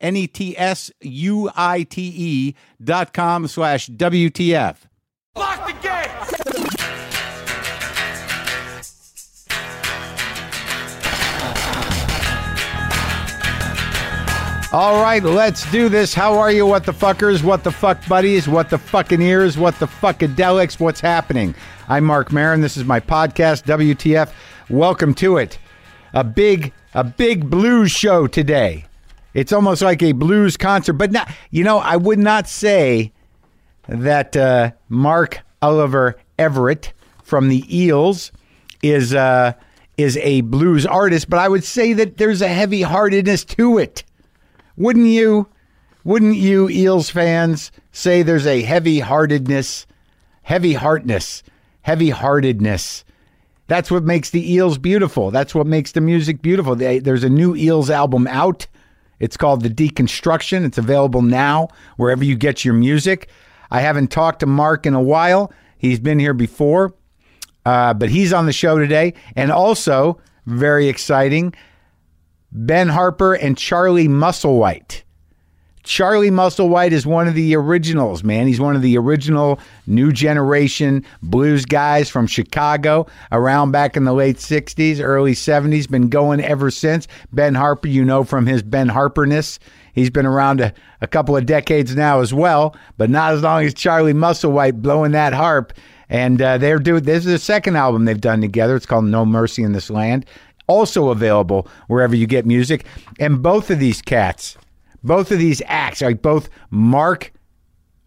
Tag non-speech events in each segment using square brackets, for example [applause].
N E T S U I T E dot com slash WTF. Lock the gate! All right, let's do this. How are you, what the fuckers, what the fuck buddies, what the fucking ears, what the fuckadelics, what's happening? I'm Mark Marin. This is my podcast, WTF. Welcome to it. A big, a big blues show today. It's almost like a blues concert, but not, you know, I would not say that uh, Mark Oliver Everett from the Eels is uh, is a blues artist, but I would say that there's a heavy heartedness to it. Wouldn't you? Wouldn't you, Eels fans, say there's a heavy heartedness, heavy heartness, heavy heartedness? That's what makes the Eels beautiful. That's what makes the music beautiful. They, there's a new Eels album out. It's called The Deconstruction. It's available now wherever you get your music. I haven't talked to Mark in a while. He's been here before, uh, but he's on the show today. And also, very exciting, Ben Harper and Charlie Musselwhite. Charlie Musselwhite is one of the originals, man. He's one of the original new generation blues guys from Chicago around back in the late 60s, early 70s, been going ever since. Ben Harper, you know from his Ben Harperness. He's been around a, a couple of decades now as well, but not as long as Charlie Musselwhite blowing that harp. And uh, they're doing this is the second album they've done together. It's called No Mercy in This Land. Also available wherever you get music. And both of these cats both of these acts, like both Mark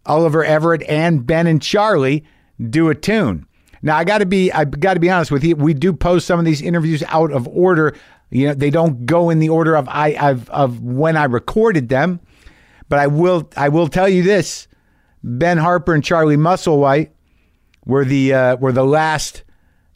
Oliver Everett and Ben and Charlie, do a tune. Now I got to be I got to be honest with you. We do post some of these interviews out of order. You know they don't go in the order of I of, of when I recorded them, but I will I will tell you this: Ben Harper and Charlie Musselwhite were the uh, were the last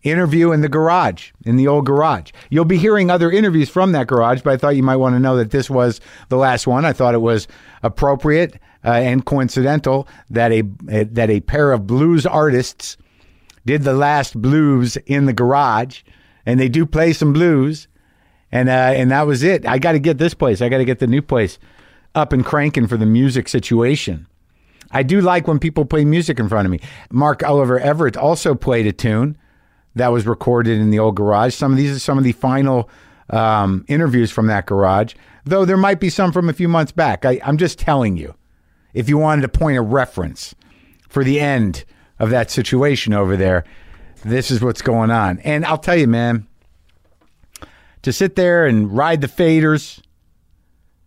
interview in the garage in the old garage. You'll be hearing other interviews from that garage, but I thought you might want to know that this was the last one. I thought it was appropriate uh, and coincidental that a uh, that a pair of blues artists did the last blues in the garage, and they do play some blues, and uh, and that was it. I got to get this place. I got to get the new place up and cranking for the music situation. I do like when people play music in front of me. Mark Oliver Everett also played a tune that was recorded in the old garage. Some of these are some of the final um, interviews from that garage, though there might be some from a few months back. I, I'm just telling you, if you wanted to point a reference for the end of that situation over there, this is what's going on. And I'll tell you, man, to sit there and ride the faders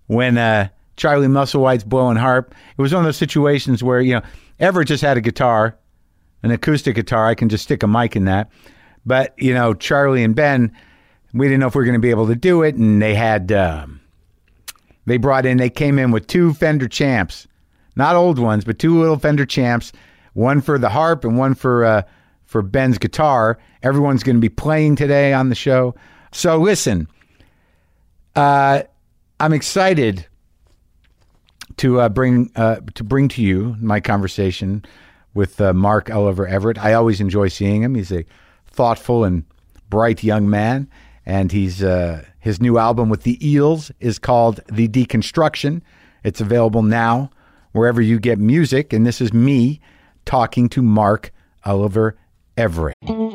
when uh, Charlie Musselwhite's blowing harp, it was one of those situations where, you know, Everett just had a guitar an acoustic guitar. I can just stick a mic in that. But, you know, Charlie and Ben, we didn't know if we were going to be able to do it. And they had, um, they brought in, they came in with two Fender champs, not old ones, but two little Fender champs, one for the harp and one for, uh, for Ben's guitar. Everyone's going to be playing today on the show. So listen, uh, I'm excited to uh, bring uh, to bring to you my conversation with uh, Mark Oliver Everett. I always enjoy seeing him. He's a thoughtful and bright young man, and he's uh, his new album with the Eels is called The Deconstruction. It's available now wherever you get music, and this is me talking to Mark Oliver Everett.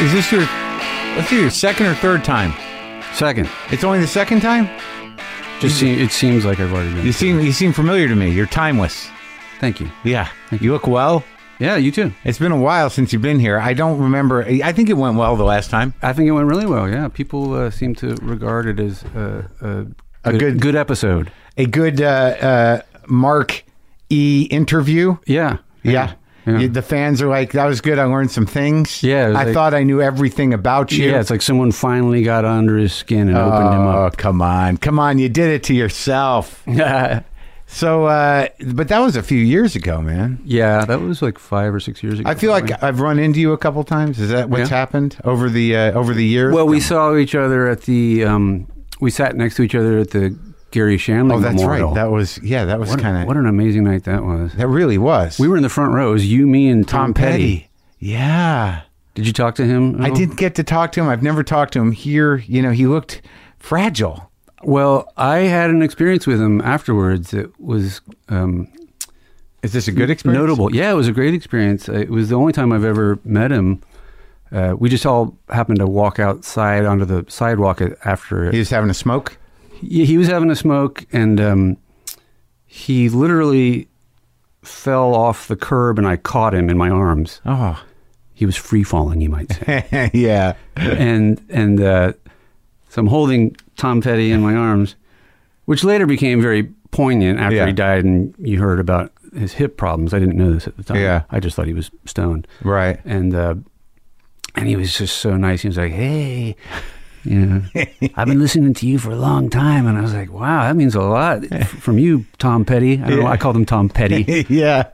Is this your let's see your second or third time? Second, It's only the second time? just see, it seems like I've already You been. seem you seem familiar to me. You're timeless. Thank you. Yeah. You look well. Yeah, you too. It's been a while since you've been here. I don't remember. I think it went well the last time. I think it went really well. Yeah, people uh, seem to regard it as uh, a, A good- good episode. A good uh, uh, Mark E interview. Yeah, Yeah. Yeah. You- The fans are like, that was good. I learned some things. Yeah, it was I like- thought I knew everything about you. yeah. It's like someone finally got under his skin and opened him Oh, up. come on. Come on. You did it to yourself. Oh. [laughs] Yeah, So, uh, but that was a few years ago, man. yeah. That was like five or six years ago. I feel probably. like I've run into you a couple times. Is that what's Yeah. happened over the uh, over the years? Well, we saw each other at the. Um, we sat next to each other at the Gary Shanley. oh, that's Memorial. right. That was yeah. That was what, a- kind what of an amazing night that was. that really was. We were in the front row. It was you, me, and Tom, Petty. Yeah, Did you talk to him? at I all? didn't get to talk to him. I've never talked to him here. You know, he looked fragile. Well, I had an experience with him afterwards. It was um, Is this a good experience? notable. Yeah, it was a great experience. Uh, It was the only time I've ever met him. Uh, we just all happened to walk outside onto the sidewalk a- after it. He was having a smoke. He, he was having a smoke, and um, he literally fell off the curb, and I caught him in my arms. Oh, He was free falling, you might say. [laughs] yeah. [laughs] and and uh, so I'm holding Tom Petty in my arms, which later became very poignant after Yeah. he died, and you heard about his hip problems. I didn't know this at the time. Yeah. I just thought he was stoned, Right. and uh, and he was just so nice. He was like, "Hey." [laughs] You know, I've been listening to you for a long time, and I was like, "Wow, that means [laughs] a lot from you, Tom Petty." I don't know. Yeah. I called him Tom Petty, [laughs] [laughs] yeah.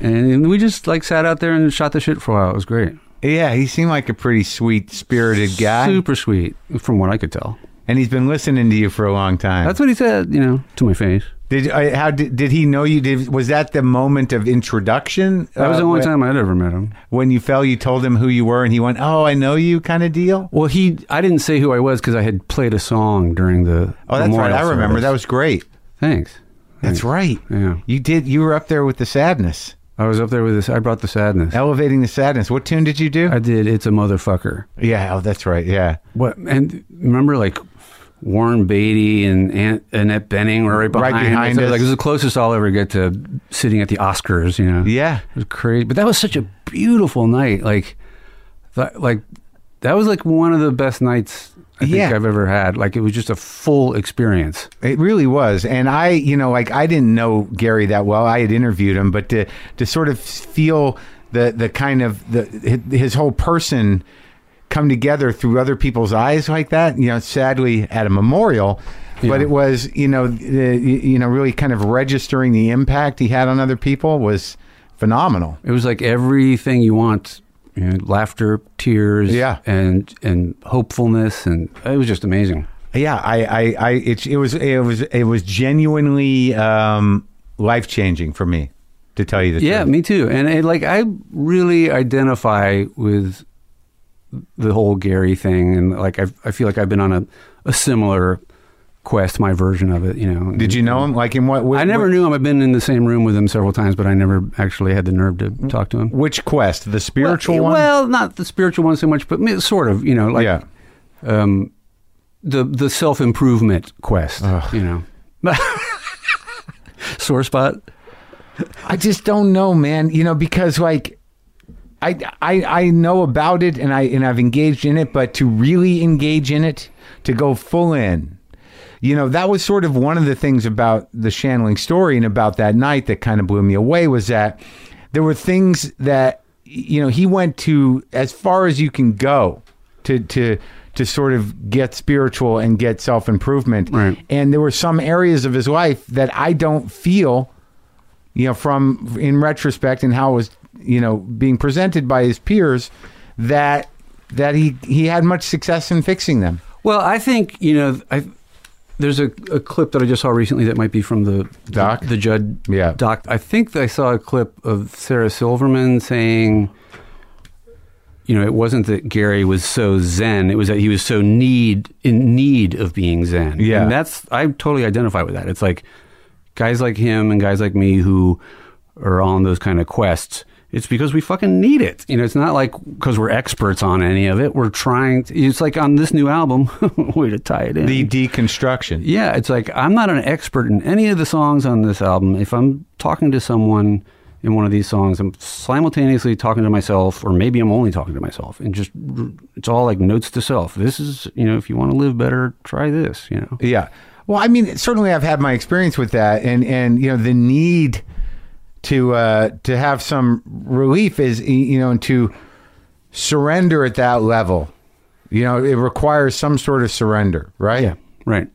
and we just like sat out there and shot the shit for a while. It was great, Yeah, he seemed like a pretty sweet spirited guy. super sweet, from what I could tell. And he's been listening to you for a long time. That's what he said, you know, to my face. did I, how did, did he know you? Did was that the moment of introduction? That was Uh, the only when- time I'd ever met him. when you fell. You told him who you were, and he went, "Oh, I know you," kind of deal. Well, he, I didn't say who I was because I had played a song during the. Oh, that's right. memorial I remember. service. That was great. Thanks. That's right. Yeah. You did. You were up there with the sadness, I was up there with this. I brought the sadness. elevating the sadness. What tune did you do? I did. It's a motherfucker. yeah. Oh, that's right. Yeah. What? And remember, like Warren Beatty and Aunt, Annette Benning were right behind, behind So, us. Like it was the closest I'll ever get to sitting at the Oscars. You know. Yeah. It was crazy, but that was such a beautiful night. Like, that, like that was like one of the best nights I think Yeah. I've ever had. Like, it was just a full experience. It really was. And I, you know, like I didn't know Gary that well. I had interviewed him, but to to sort of feel the the kind of the his whole person come together through other people's eyes like that, you know, sadly at a memorial, but it was, you know, the, you know, really kind of registering the impact he had on other people was phenomenal. It was like everything you want. You know, laughter, tears, Yeah. and and hopefulness, and it was just amazing. Yeah, I, I, I it, it was, it was, it was genuinely um, life changing for me, to tell you the Yeah, truth. me too. And it, like I really identify with the whole Gary thing, and like I, I feel like I've been on a, a similar quest, my version of it. You know, Did you know him? Like in what? what I never knew him. I've been in the same room with him several times, but I never actually had the nerve to talk to him. Which quest? The spiritual well, one? Well, not the spiritual one so much, but me- sort of. You know, like yeah. um, the the self improvement quest. You know, [laughs] sore spot? I just don't know, man. You know, because like I I I know about it and I and I've engaged in it, but to really engage in it, to go full in. You know, that was sort of one of the things about the Shanling story and about that night that kind of blew me away was that there were things that you know, he went to as far as you can go to to to sort of get spiritual and get self improvement. Right. And there were some areas of his life that I don't feel you know, from in retrospect and how it was, you know, being presented by his peers, that that he he had much success in fixing them. Well, I think you know. I, there's a, a clip that I just saw recently that might be from the Doc? the, Judd Yeah. doc. I think that I saw a clip of Sarah Silverman saying, you know, it wasn't that Gary was so zen; it was that he was so need in need of being zen. Yeah. and that's I totally identify with that. It's like guys like him and guys like me who are on those kind of quests. It's because we fucking need it. You know, it's not like because we're experts on any of it. We're trying. To, it's like on this new album, [laughs] way to tie it in. The deconstruction. Yeah, it's like I'm not an expert in any of the songs on this album. If I'm talking to someone in one of these songs, I'm simultaneously talking to myself, or maybe I'm only talking to myself, and just it's all like notes to self. This is, you know, if you want to live better, try this, you know. Yeah. Well, I mean, certainly I've had my experience with that, and and you know the need to uh, to have some relief is you know and to surrender at that level. You know, it requires some sort of surrender, right? Right.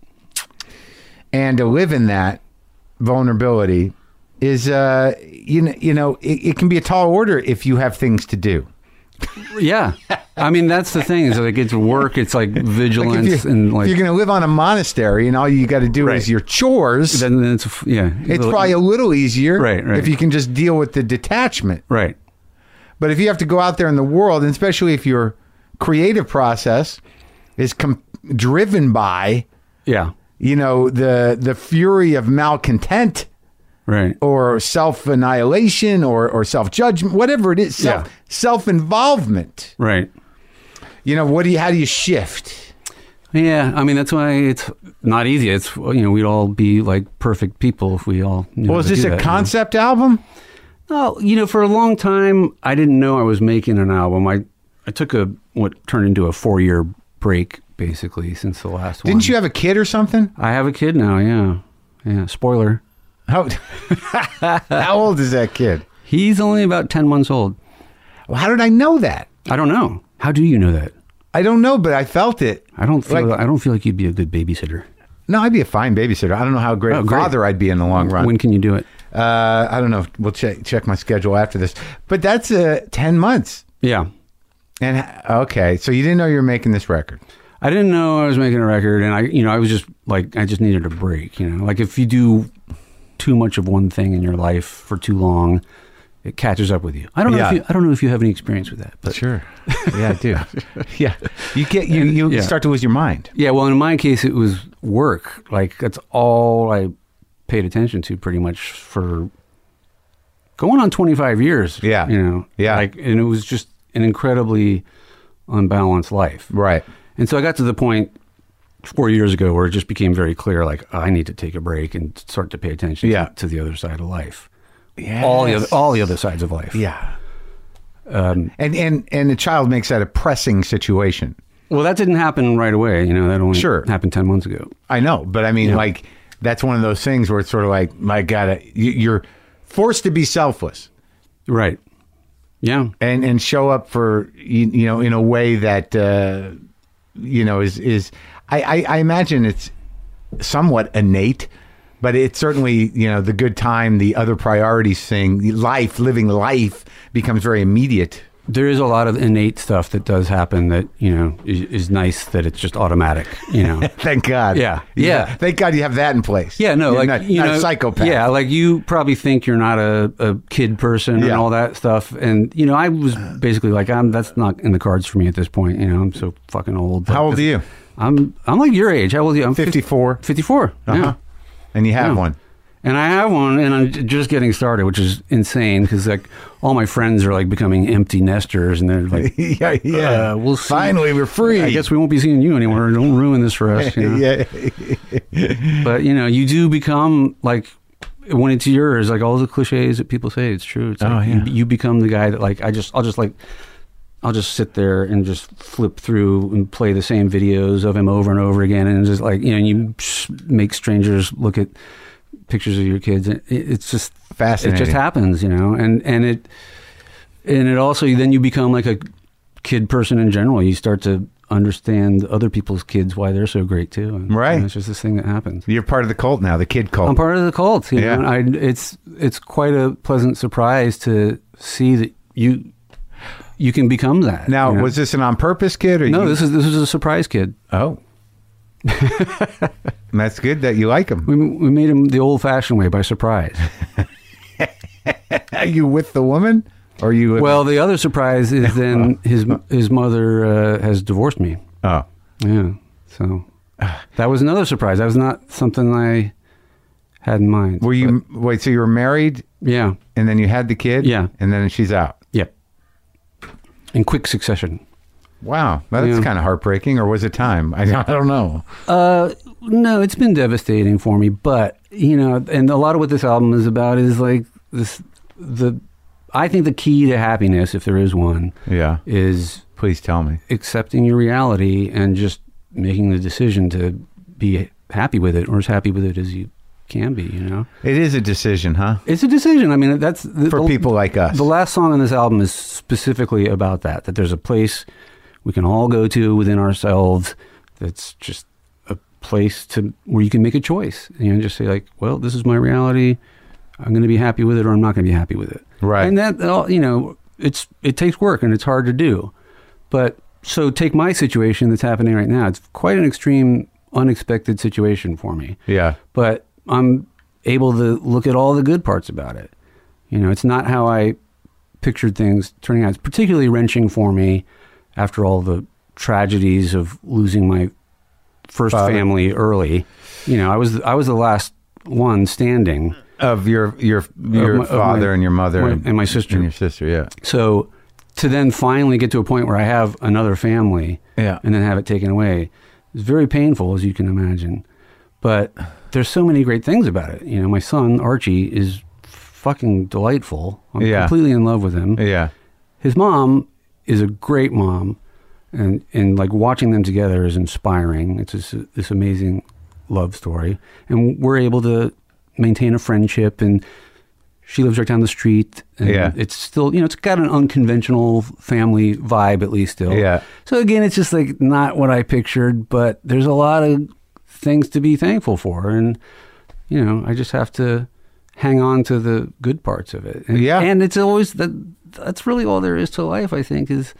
and to live in that vulnerability is uh you know you know it, it can be a tall order if you have things to do Yeah. I mean, that's the thing. Is like it's work. It's like [laughs] Like, vigilance if, you, and like are going to live on a monastery and all you got to do Right. is your chores then it's yeah. it's probably a little easier Right, right. if you can just deal with the detachment right. but if you have to go out there in the world and especially if your creative process is com- driven by Yeah. you know the the fury of malcontent Right. or self annihilation or, or self judgment, whatever it is, self Yeah. self involvement. Right. You know, what do you? How do you shift? Yeah, I mean that's why it's not easy. It's you know we'd all be like perfect people if we all. Knew Well, how is to this do a that, concept album? You know? Oh, you know, for a long time I didn't know I was making an album. I I took a what turned into a four year break basically since the last one. Didn't you have a kid or something? I have a kid now. Yeah, yeah. Spoiler: How [laughs] how old is that kid? he's only about ten months old. Well, how did I know that? I don't know. How do you know that? I don't know, but I felt it. I don't feel. Like- I don't feel like you'd be a good babysitter. No, I'd be a fine babysitter. I don't know how great Oh, a great. father I'd be in the long run. When can you do it? uh, I don't know. We'll check check my schedule after this. But that's uh, ten months. Yeah, And h- okay, so you didn't know you were making this record. I didn't know I was making a record, and I, you know, I was just like, I just needed a break. You know, like if you do too much of one thing in your life for too long, it catches up with you. I don't know. Yeah. If you, I don't know if you have any experience with that, but Sure. [laughs] Yeah, I [laughs] do. yeah, you get you you Yeah. start to lose your mind. yeah. Well, in my case, it was work. Like that's all I paid attention to, pretty much for going on twenty five years. Yeah. you know, Yeah. Like, and it was just an incredibly unbalanced life. Right. And so I got to the point four years ago where it just became very clear like I need to take a break and start to pay attention Yeah. to, to the other side of life. All the other, all the other Um, sides of life. Yeah. and and and the child makes that a pressing situation. Well, that didn't happen right away. You know, that only Sure. happened ten months ago. I know, but I mean, like that's one of those things where it's sort of like, my God, I- you, you're forced to be selfless Right. Yeah. and and show up for you, you know in a way that uh, you know is is I, I I imagine it's somewhat innate. But it's certainly, you know, the good time, the other priorities thing, life, living life becomes very immediate. There is a lot of innate stuff that does happen that, you know, is, is nice that it's just automatic, you [laughs] know. Thank God. Yeah. You Yeah. have- Thank God you have that in place. Yeah, no, You're like not, you not know, a psychopath. Yeah, like you probably think you're not a, a kid person Yeah. Uh. and all that stuff. And you know, I was basically like, I'm that's not in the cards for me at this point. You know, I'm so fucking old. How old are [laughs] you? I'm I'm like your age. How old are you? I'm 54. Fifty four. Uh-huh. Yeah. And you have Yeah. one. [laughs] And I have one, and I'm j- just getting started, which is insane because like all my friends are like becoming empty nesters, and they're like, [laughs] yeah, yeah. Uh, we'll see. Finally, we're free. I guess we won't be seeing you anymore. Don't [laughs] ruin this for us. You know? yeah. but you know you do become like when it's yours, like all the cliches that people say, it's true. It's Oh, like yeah. you, you become the guy that like I just I'll just like I'll just sit there and just flip through and play the same videos of him over and over again, and just like you know, and you s- make strangers look at pictures of your kids. It, it's just it Fascinating. just happens, you know, and and it and it also then you become like a kid person in general. You start to understand other people's kids why they're so great too. And, you know, Right. it's just this thing that happens. You're part of the cult now, the kid cult. I'm part of the cult. You Yeah. know? and I, it's it's quite a pleasant surprise to see that you you can become that. now, you know? was this an on purpose kid? Or no, you, this is this is a surprise kid. [laughs] Oh. That's good that you like him. We we made him the old fashioned way [laughs] by surprise. Are you with the woman? Or are you with well, the other surprise is then his his mother uh, has divorced me. Oh. Yeah, [sighs] so that was another surprise. That was not something I had in mind. Were you wait, so you were married Yeah, and then you had the kid? Yeah. And then she's out. yep. In quick succession. Wow. That's Yeah. kind of heartbreaking, or was it time? I, I don't know. Uh, no, it's been devastating for me, but you know, and a lot of what this album is about is like this. The I think the key to happiness, if there is one, Yeah. is Please tell me. accepting your reality and just making the decision to be happy with it, or as happy with it as you can be. You know, It is a decision, huh? it's a decision. I mean, that's the, For the- people like us. The last song on this album is specifically about that. That there's a place we can all go to within ourselves. That's just a place to where you can make a choice. You know, just say like, "Well, this is my reality. I'm going to be happy with it, or I'm not going to be happy with it." Right. And that, all- you know, it's it takes work and it's hard to do. But so take my situation that's happening right now. It's quite an extreme, unexpected situation for me yeah. but I'm able to look at all the good parts about it. You know, it's not how I pictured things turning out. It's particularly wrenching for me after all the tragedies of losing my first Father. family early. You know, I was I was the last one standing. Of your your your my- of my- father and your mother my- and my sister. and your sister, yeah. So to then finally get to a point where I have another family Yeah. and then have it taken away is very painful, as you can imagine. But there's so many great things about it. You know, my son Archie is fucking delightful. I'm Yeah. completely in love with him. Yeah. His mom is a great mom, and and like watching them together is inspiring. It's just this amazing love story, and we're able to maintain a friendship and. She lives right down the street, and Yeah. it's still, you know, it's got an unconventional family vibe, at least still. Yeah. So again, it's just like not what I pictured, but there's a lot of things to be thankful for, and you know, I just have to hang on to the good parts of it. And, Yeah. and it's always that. That's really all there is to life. I think is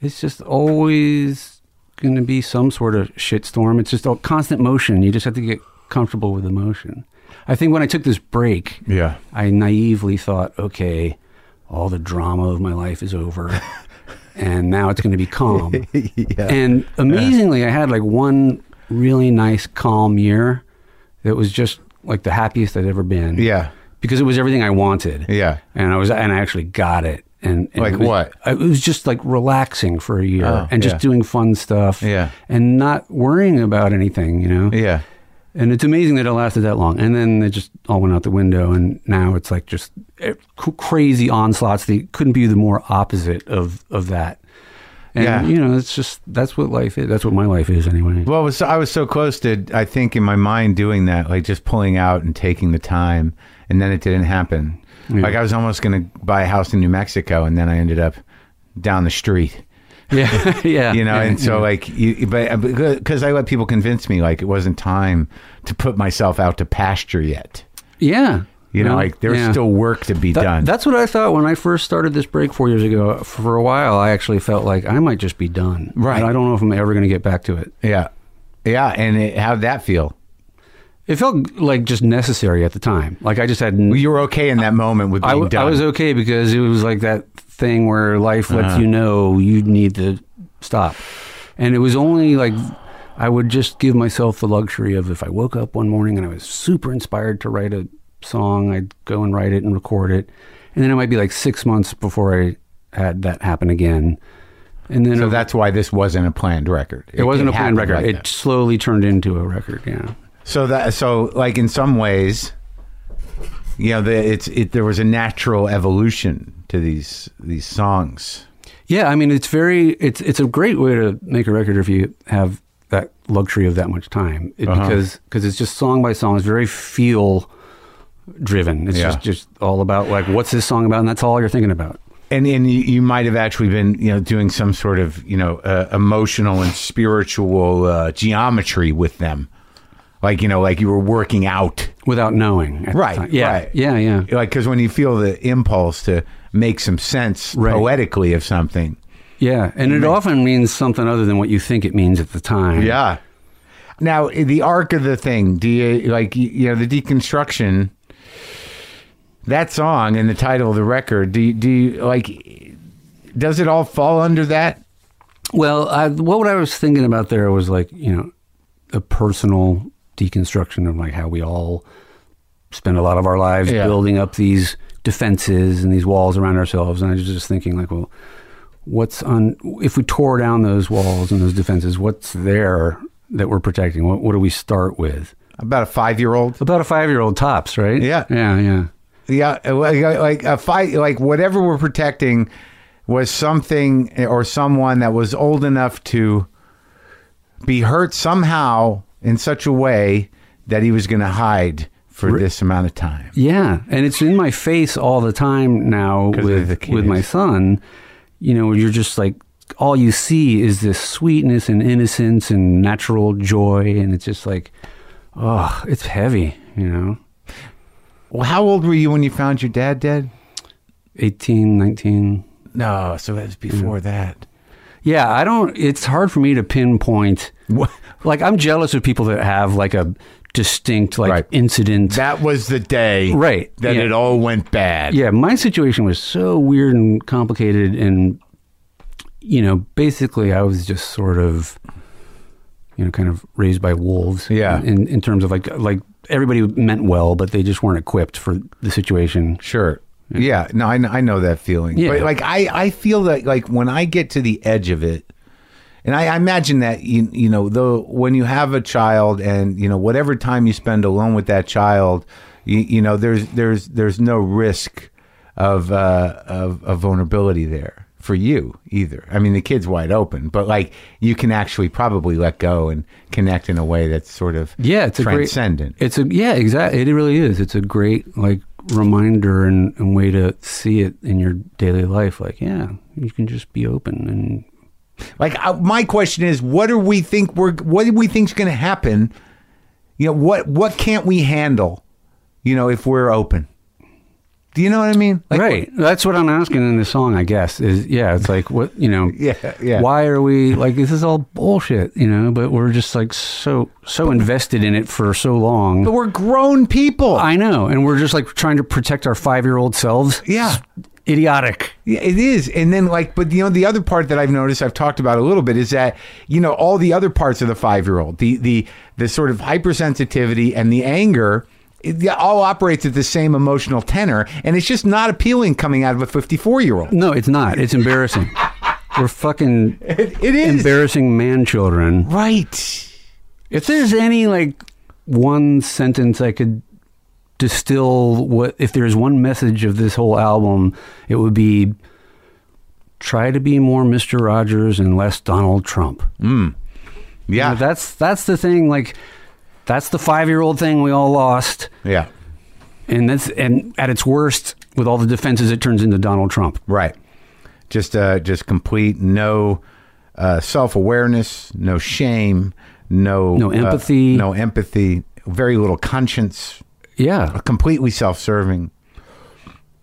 it's just always going to be some sort of shitstorm. It's just a constant motion. You just have to get comfortable with the motion. I think when I took this break, Yeah. I naively thought, okay, all the drama of my life is over, and now it's going to be calm. And amazingly, I had like one really nice calm year that was just like the happiest I'd ever been. Yeah. because it was everything I wanted. Yeah. and I was and I actually got it. And, and Like it was- what? It was just like relaxing for a year Oh, and just yeah. doing fun stuff. Yeah. and not worrying about anything. You know. Yeah. And it's amazing that it lasted that long. And then it just all went out the window. And now it's like just eh, c- crazy onslaughts that couldn't be the more opposite of, of that. And, Yeah. you know, it's just, that's what life is. That's what my life is anyway. Well, it was, I was so close to, I think, in my mind doing that, like just pulling out and taking the time, and then it didn't happen. Like I was almost going to buy a house in New Mexico, and then I ended up down the street, [laughs] yeah. [laughs] yeah. you know. Yeah. and so, Yeah. like, you, but because I let people convince me, like, it wasn't time to put myself out to pasture yet. yeah. You know, Yeah. like there's Yeah. still work to be That- done. That's what I thought when I first started this break four years ago. For a while, I actually felt like I might just be done. Right. And I don't know if I'm ever going to get back to it. yeah, yeah. And it, how'd that feel? It felt like just necessary at the time. Like I just had n- You were okay in that moment with being I, w- done. Uh-huh. I was okay because it was like that thing where life lets you know you need to stop. And it was only like I would just give myself the luxury of if I woke up one morning and I was super inspired to write a song, I'd go and write it and record it. And then it might be like six months before I had that happen again. And then so it, that's why this wasn't a planned record. it wasn't a happened planned record. like it that. slowly turned into a record. Yeah. So that so like in some ways, you know, the, it's it. There was a natural evolution to these these songs. Yeah, I mean it's very it's it's a great way to make a record if you have that luxury of that much time it, Uh-huh. because because it's just song by song. It's very feel driven. It's Yeah. just just all about like what's this song about, and that's all you're thinking about. and and you, you might have actually been you know doing some sort of you know uh, emotional and spiritual uh, geometry with them like you know like you were working out without knowing. at the Right, time. Yeah. right. Yeah. Yeah. like because when you feel the impulse to make some sense Right. poetically of something Yeah. And it often means something other than what you think it means at the time. yeah now i- the arc of the thing do you like y- you know the deconstruction that song and the title of the record do you, do you like does it all fall under that Well, I, what I was thinking about there was like you know a personal deconstruction of like how we all spend a lot of our lives Yeah. building up these defenses and these walls around ourselves, and I was just thinking like, well, what's on if we tore down those walls and those defenses, what's there that we're protecting? What, what do we start with? about a five year old About a five-year-old tops, right? Yeah. Yeah. Yeah. Yeah, like, like a fight, like whatever we're protecting was something or someone that was old enough to be hurt somehow in such a way that he was going to hide for this amount of time. Yeah, and it's in my face all the time now 'Cause of the with kids. with my son. You know, you're just like all you see is this sweetness and innocence and natural joy, and it's just like, oh, it's heavy. You know, Well, how old were you when you found your dad dead? 18, 19. No, so it was before that. Yeah, I don't. It's hard for me to pinpoint. What? Like, I'm jealous of people that have like a distinct like Right. incident. That was the day, Right, That yeah. it all went bad. yeah, my situation was so weird and complicated, and you know, basically, I was just sort of, you know, kind of raised by wolves. Yeah. In in terms of like like everybody meant well, but they just weren't equipped for the situation. Sure. Yeah. No, I, kn- I know that feeling. Yeah. But like I, I feel that like when I get to the edge of it, and I, I imagine that you you know though when you have a child and you know whatever time you spend alone with that child, you, you know there's there's there's no risk of uh of, of vulnerability there for you either. I mean the kid's wide open, but like you can actually probably let go and connect in a way that's sort of Yeah, it's a great- transcendent. It's a yeah, exactly. It really is. It's a great like reminder and, and way to see it in your daily life. Like, yeah, you can just be open and Like I, my question is, what do we think we're? What do we think's going to happen? You know what? What can't we handle? You know, if we're open. Do you know what I mean? Like, right. That's what I'm asking in this song, I guess. Is yeah, it's like what you know. [laughs] Yeah, yeah. Why are we like this is all bullshit, you know? But we're just like so so invested in it for so long. But we're grown people. I know, and we're just like trying to protect our five year old selves. Yeah. It's idiotic. Yeah, it is. And then like, but you know, the other part that I've noticed, I've talked about a little bit, is that you know all the other parts of the five year old, the the the sort of hypersensitivity and the anger. It it all operates at the same emotional tenor, and it's just not appealing coming out of a 54 year old. No, it's not. It's embarrassing. we're fucking [laughs] It is. embarrassing man children. right. If there's any like one sentence I could distill what if there's one message of this whole album, it would be try to be more Mr. Rogers and less Donald Trump. Yeah. Like, that's that's the thing like that's the 5-year-old thing we all lost yeah. and that's and at its worst with all the defenses it turns into Donald Trump. Right. Just uh just complete no uh self-awareness, no shame, no No uh, empathy. no empathy, very little conscience, Yeah. a completely self-serving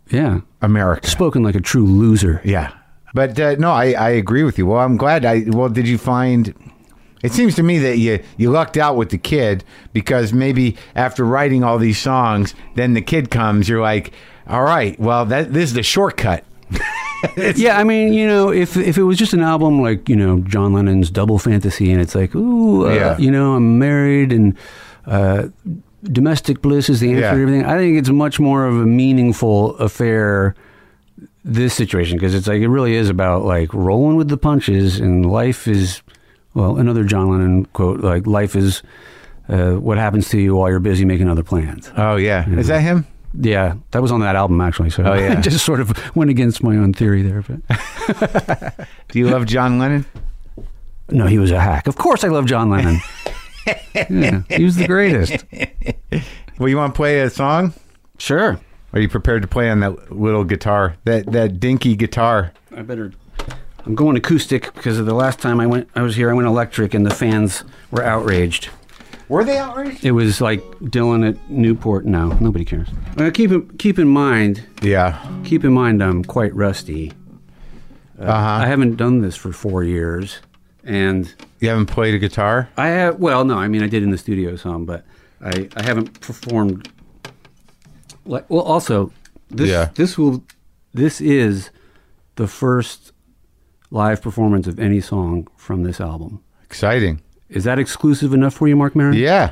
Yeah. America. Spoken like a true loser. yeah. But uh, no, I I agree with you. Well, I'm glad I well, did you find it seems to me that you, you lucked out with the kid because maybe after writing all these songs, then the kid comes, you're like, all right, well, that this is the shortcut. Yeah, I mean, you know, if if it was just an album like you know John Lennon's Double Fantasy, and it's like, ooh, uh, Yeah. you know, I'm married and uh, domestic bliss is the answer Yeah. to everything. I think it's much more of a meaningful affair. This situation because it's like it really is about like rolling with the punches, and life is, well, another John Lennon quote like life is. Uh, what happens to you while you're busy making other plans? Oh yeah, is that him? Yeah, that was on that album actually. So Oh, yeah. [laughs] I just sort of went against my own theory there. But Do you love John Lennon? no, he was a hack. Of course, I love John Lennon. yeah, he was the greatest. Well, you want to play a song? Sure. Are you prepared to play on that little guitar, that that dinky guitar? I better. I'm going acoustic because of the last time I went, I was here. I went electric, and the fans were outraged. Were they outraged? It was like Dylan at Newport. No, nobody cares. Uh, keep in, keep in mind, Yeah. keep in mind, I'm quite rusty. Uh huh. I haven't done this for four years, and You haven't played a guitar? I have. Well, no, I mean I did in the studio some, but I I haven't performed. Like, well, also this Yeah. this will this is the first live performance of any song from this album. Exciting. Is that exclusive enough for you, Mark Maron? Yeah.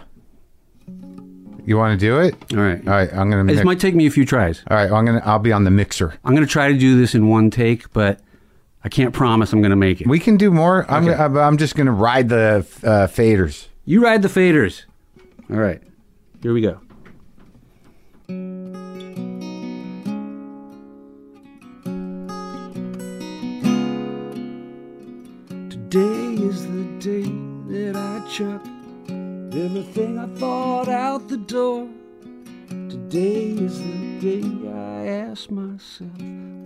You want to do it? All right. All right. I'm gonna. This Mix. might take me a few tries. All right. I'm gonna. I'll be on the mixer. I'm going to try to do this in one take, but I can't promise I'm going to make it. We can do more. I'm. I'm I'm just gonna ride the uh, faders. You ride the faders. All right. Here we go. Today is the day that I chuck everything I thought out the door. Today is the day I ask myself,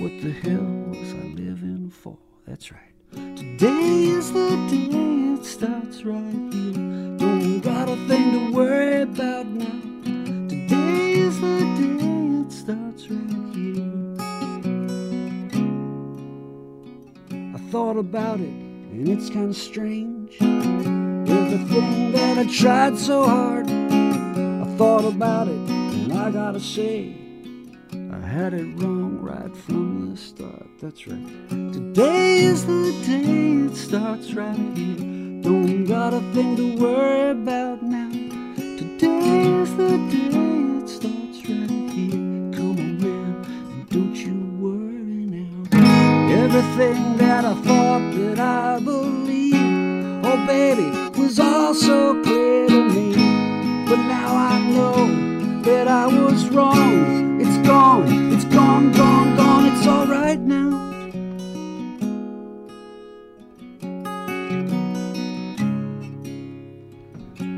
what the hell was I living for? That's right. Today is the day it starts right here. Don't got a thing to worry about now. Today is the day it starts right here. I thought about it, and it's kind of strange. Everything that I tried so hard. I thought about it, and I gotta say, I had it wrong right from the start. That's right. Today is the day it starts right here. Don't got a thing to worry about now. Today is the day it starts right here. Come on, man, don't you worry now. Everything that I thought that I believed, oh baby, was all so clear to me. But now I know that I was wrong. It's gone, it's gone, gone, gone, it's alright now.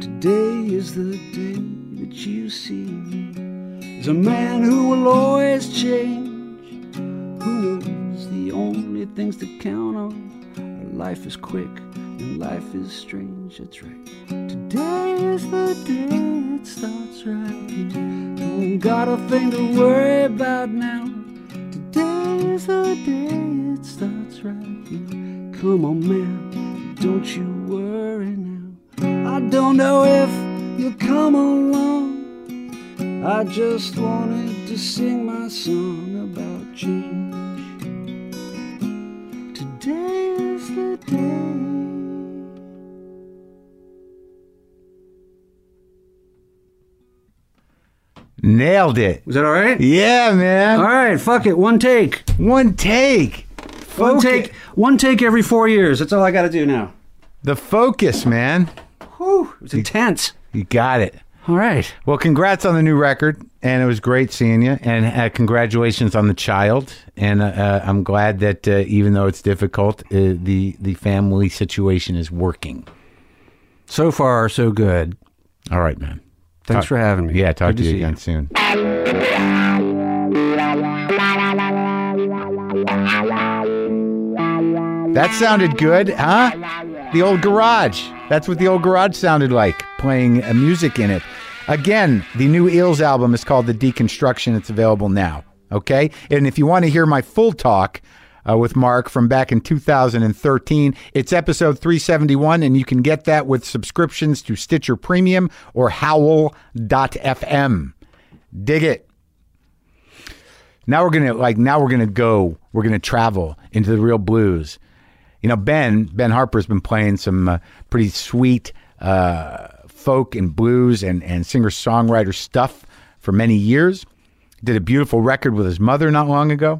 Today is the day that you see me as a man who will always change. Who knows the only things to count on? Life is quick and life is strange, that's right. Today is the day it starts right here. Don't got a thing to worry about now. Today is the day it starts right here. Come on, man, don't you worry now. I don't know if you'll come along. I just wanted to sing my song about change. Today is the day. Nailed it. Was that all right? Yeah, man. All right, fuck it. One take. One take. One Focus. take. One take every four years. That's all I got to do now. The focus, man. Whew, it was intense. You got it. All right. Well, congrats on the new record, and it was great seeing you. And uh, congratulations on the child. And uh, uh, I'm glad that uh, even though it's difficult, uh, the the family situation is working. So far, so good. All right, man. Thanks for having me. Yeah, talk to Good you see again soon. That sounded good, huh? The old garage. That's what the old garage sounded like, playing uh, music in it. Again, the new Eels album is called The Deconstruction. It's available now. Okay? And if you want to hear my full talk uh, with Mark from back in 2013, it's episode 371, and you can get that with subscriptions to Stitcher Premium or howl.fm. Dig it. Now we're gonna like now we're gonna go. We're gonna travel into the real blues. You know, Ben Ben Harper's been playing some uh, pretty sweet uh, folk and blues and and singer songwriter stuff for many years. Did a beautiful record with his mother not long ago,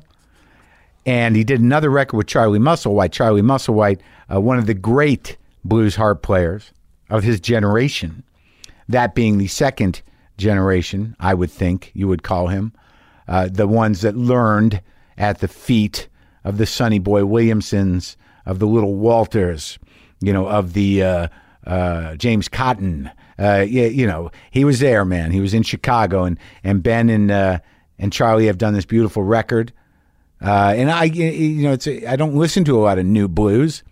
and he did another record with Charlie Musselwhite. Charlie Musselwhite, uh, one of the great blues harp players of his generation, that being the second generation, I would think you would call him, uh, the ones that learned at the feet of the Sonny Boy Williamsons, of the Little Walters, you know, of the uh, uh, James Cotton. Uh, yeah, you know, he was there, man. He was in Chicago, and and Ben and uh, and Charlie have done this beautiful record. Uh, and I, you know, it's a, I don't listen to a lot of new blues,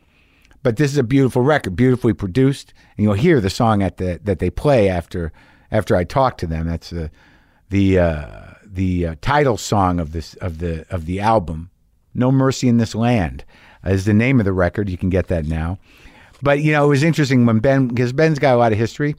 but this is a beautiful record, beautifully produced, and you'll hear the song at the that they play after after I talk to them. That's the the uh, the uh, title song of this of the of the album. No mercy in this land uh, is the name of the record. You can get that now. But you know, it was interesting when Ben because Ben's got a lot of history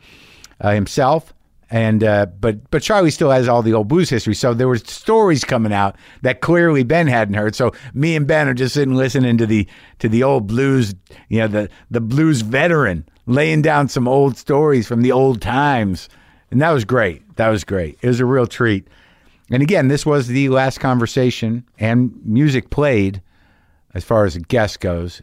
uh, himself. And uh, but but Charlie still has all the old blues history, so there were stories coming out that clearly Ben hadn't heard. So me and Ben are just sitting listening to the to the old blues, you know, the the blues veteran laying down some old stories from the old times, and that was great. That was great. It was a real treat. And again, this was the last conversation and music played as far as a guest goes,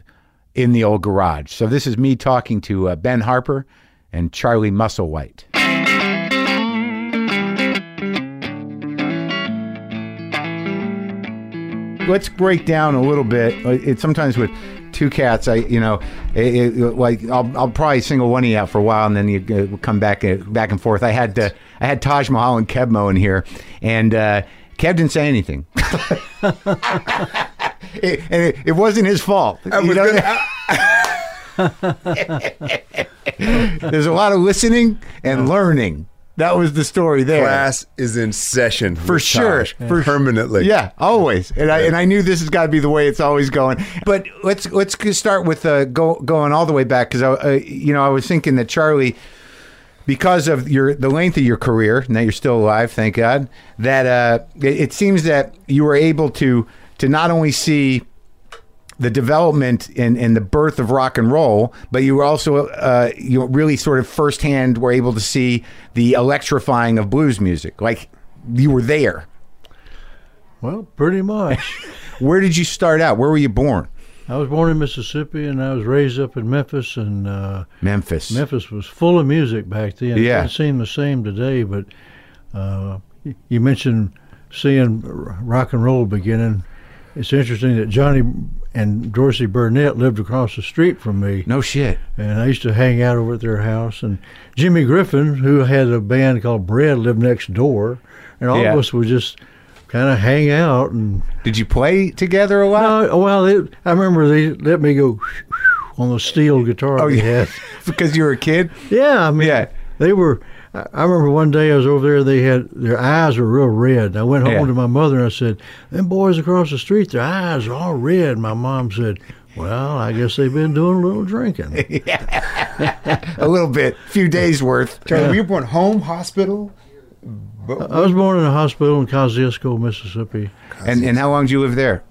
in the old garage. So this is me talking to uh, Ben Harper and Charlie Musselwhite. Let's break down a little bit. uh, It, sometimes with two cats, I you know, it, it, like I'll, I'll probably single one of you out for a while, and then you uh, come back uh, back and forth. I had uh, I had Taj Mahal and Kevmo in here, and uh, Kev didn't say anything. [laughs] it, and it, it wasn't his fault. You know? [laughs] There's a lot of listening and learning. That was the story there. Class is in session for sure, for sure. permanently. Yeah, always. And I and I knew this has got to be the way it's always going. But let's let's g- start with uh, go, going all the way back because I uh, you know I was thinking that Charlie, because of your the length of your career and that you're still alive, thank God. That uh, it, it seems that you were able to to not only see the development and, and the birth of rock and roll, but you were also uh, you really sort of firsthand were able to see the electrifying of blues music. Like you were there. Well, [laughs] pretty much. Where did you start out? Where were you born? I was born in Mississippi and I was raised up in Memphis, and uh, Memphis. Memphis was full of music back then. Yeah. It doesn't seem the same today, but uh, y- you mentioned seeing r- rock and roll beginning. It's interesting that Johnny and Dorsey Burnett lived across the street from me. No shit. And I used to hang out over at their house. And Jimmy Griffin, who had a band called Bread, lived next door. And all Yeah. of us would just kind of hang out and Did you play together a lot? No, well, it, I remember they let me go [sniffs] on the steel guitar. Oh, they yeah. [laughs] had. because you were a kid? yeah. I mean, Yeah. they were. I I remember one day I was over there. They had their eyes were real red. And I went home Yeah. to my mother and I said, "Them boys across the street, their eyes are all red." My mom said, "Well, I guess they've been doing a [laughs] little drinking." A little bit, few days worth. Charlie, were you born home hospital? I was born in a hospital in Kosciuszko, Mississippi, And and how long did you live there?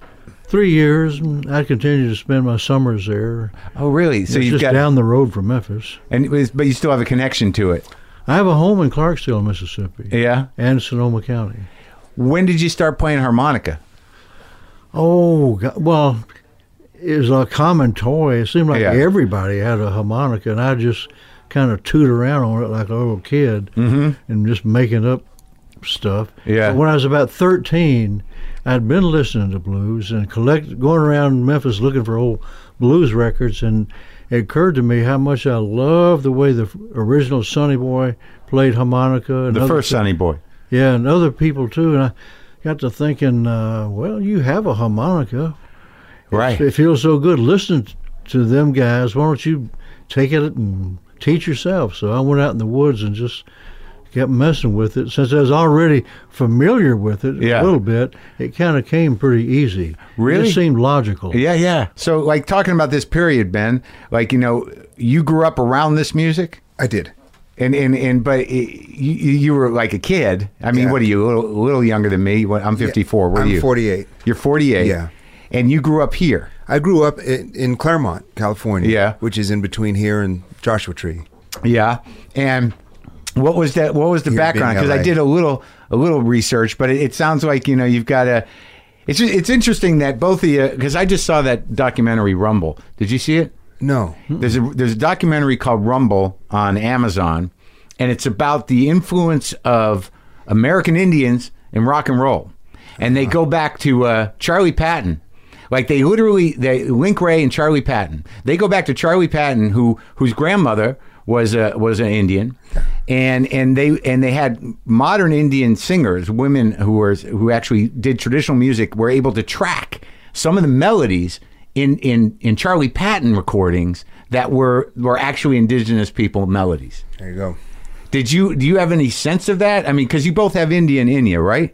three years, and I continued to spend my summers there. Oh, really? So it's you've just got down the road from Memphis. and it was- but you still have a connection to it. I have a home in Clarksville, Mississippi. Yeah. and Sonoma County. When did you start playing harmonica? Oh, God. well, it was a common toy. It seemed like Yeah. everybody had a harmonica, and I just kind of toot around on it like a little kid and just making up stuff. Mm-hmm. Yeah. But when I was about 13, I'd been listening to blues and collect going around Memphis looking for old blues records, and it occurred to me how much I loved the way the original Sonny Boy played harmonica. and The other first thi- Sonny Boy. yeah, and other people too. And I got to thinking, uh, well, you have a harmonica. Right. It feels so good listening t- to them guys. Why don't you take it and teach yourself? So I went out in the woods and just kept messing with it. Since I was already familiar with it Yeah. a little bit, it kind of came pretty easy. It Really? just seemed logical. Yeah, yeah. So like talking about this period, Ben, like you know, you grew up around this music? I did. And and and but it, you you you were like a kid. I mean, Yeah. what are you? A little, a little younger than me. What- I'm 54. What are I'm you? 48. You're 48. Yeah. And you grew up here. I grew up in, in Claremont, California. Yeah. which is in between here and Joshua Tree. Yeah. And what was that? What was the Here being background? Because I LA. did a little a little research, but it, it sounds like you know you've got a. It's ju- it's interesting that both of you because I just saw that documentary Rumble. Did you see it? No, There's a there's a documentary called Rumble on Amazon, and it's about the influence of American Indians in rock and roll. And they go back to uh, Charlie Patton. Like they literally, they Link Ray and Charlie Patton. They go back to Charlie Patton, who whose grandmother was a, was an Indian, and and they and they had modern Indian singers, women who were who actually did traditional music, were able to track some of the melodies in in in Charlie Patton recordings that were were actually indigenous people melodies. There you go. Did you do you have any sense of that? I mean, because you both have Indian in you, right?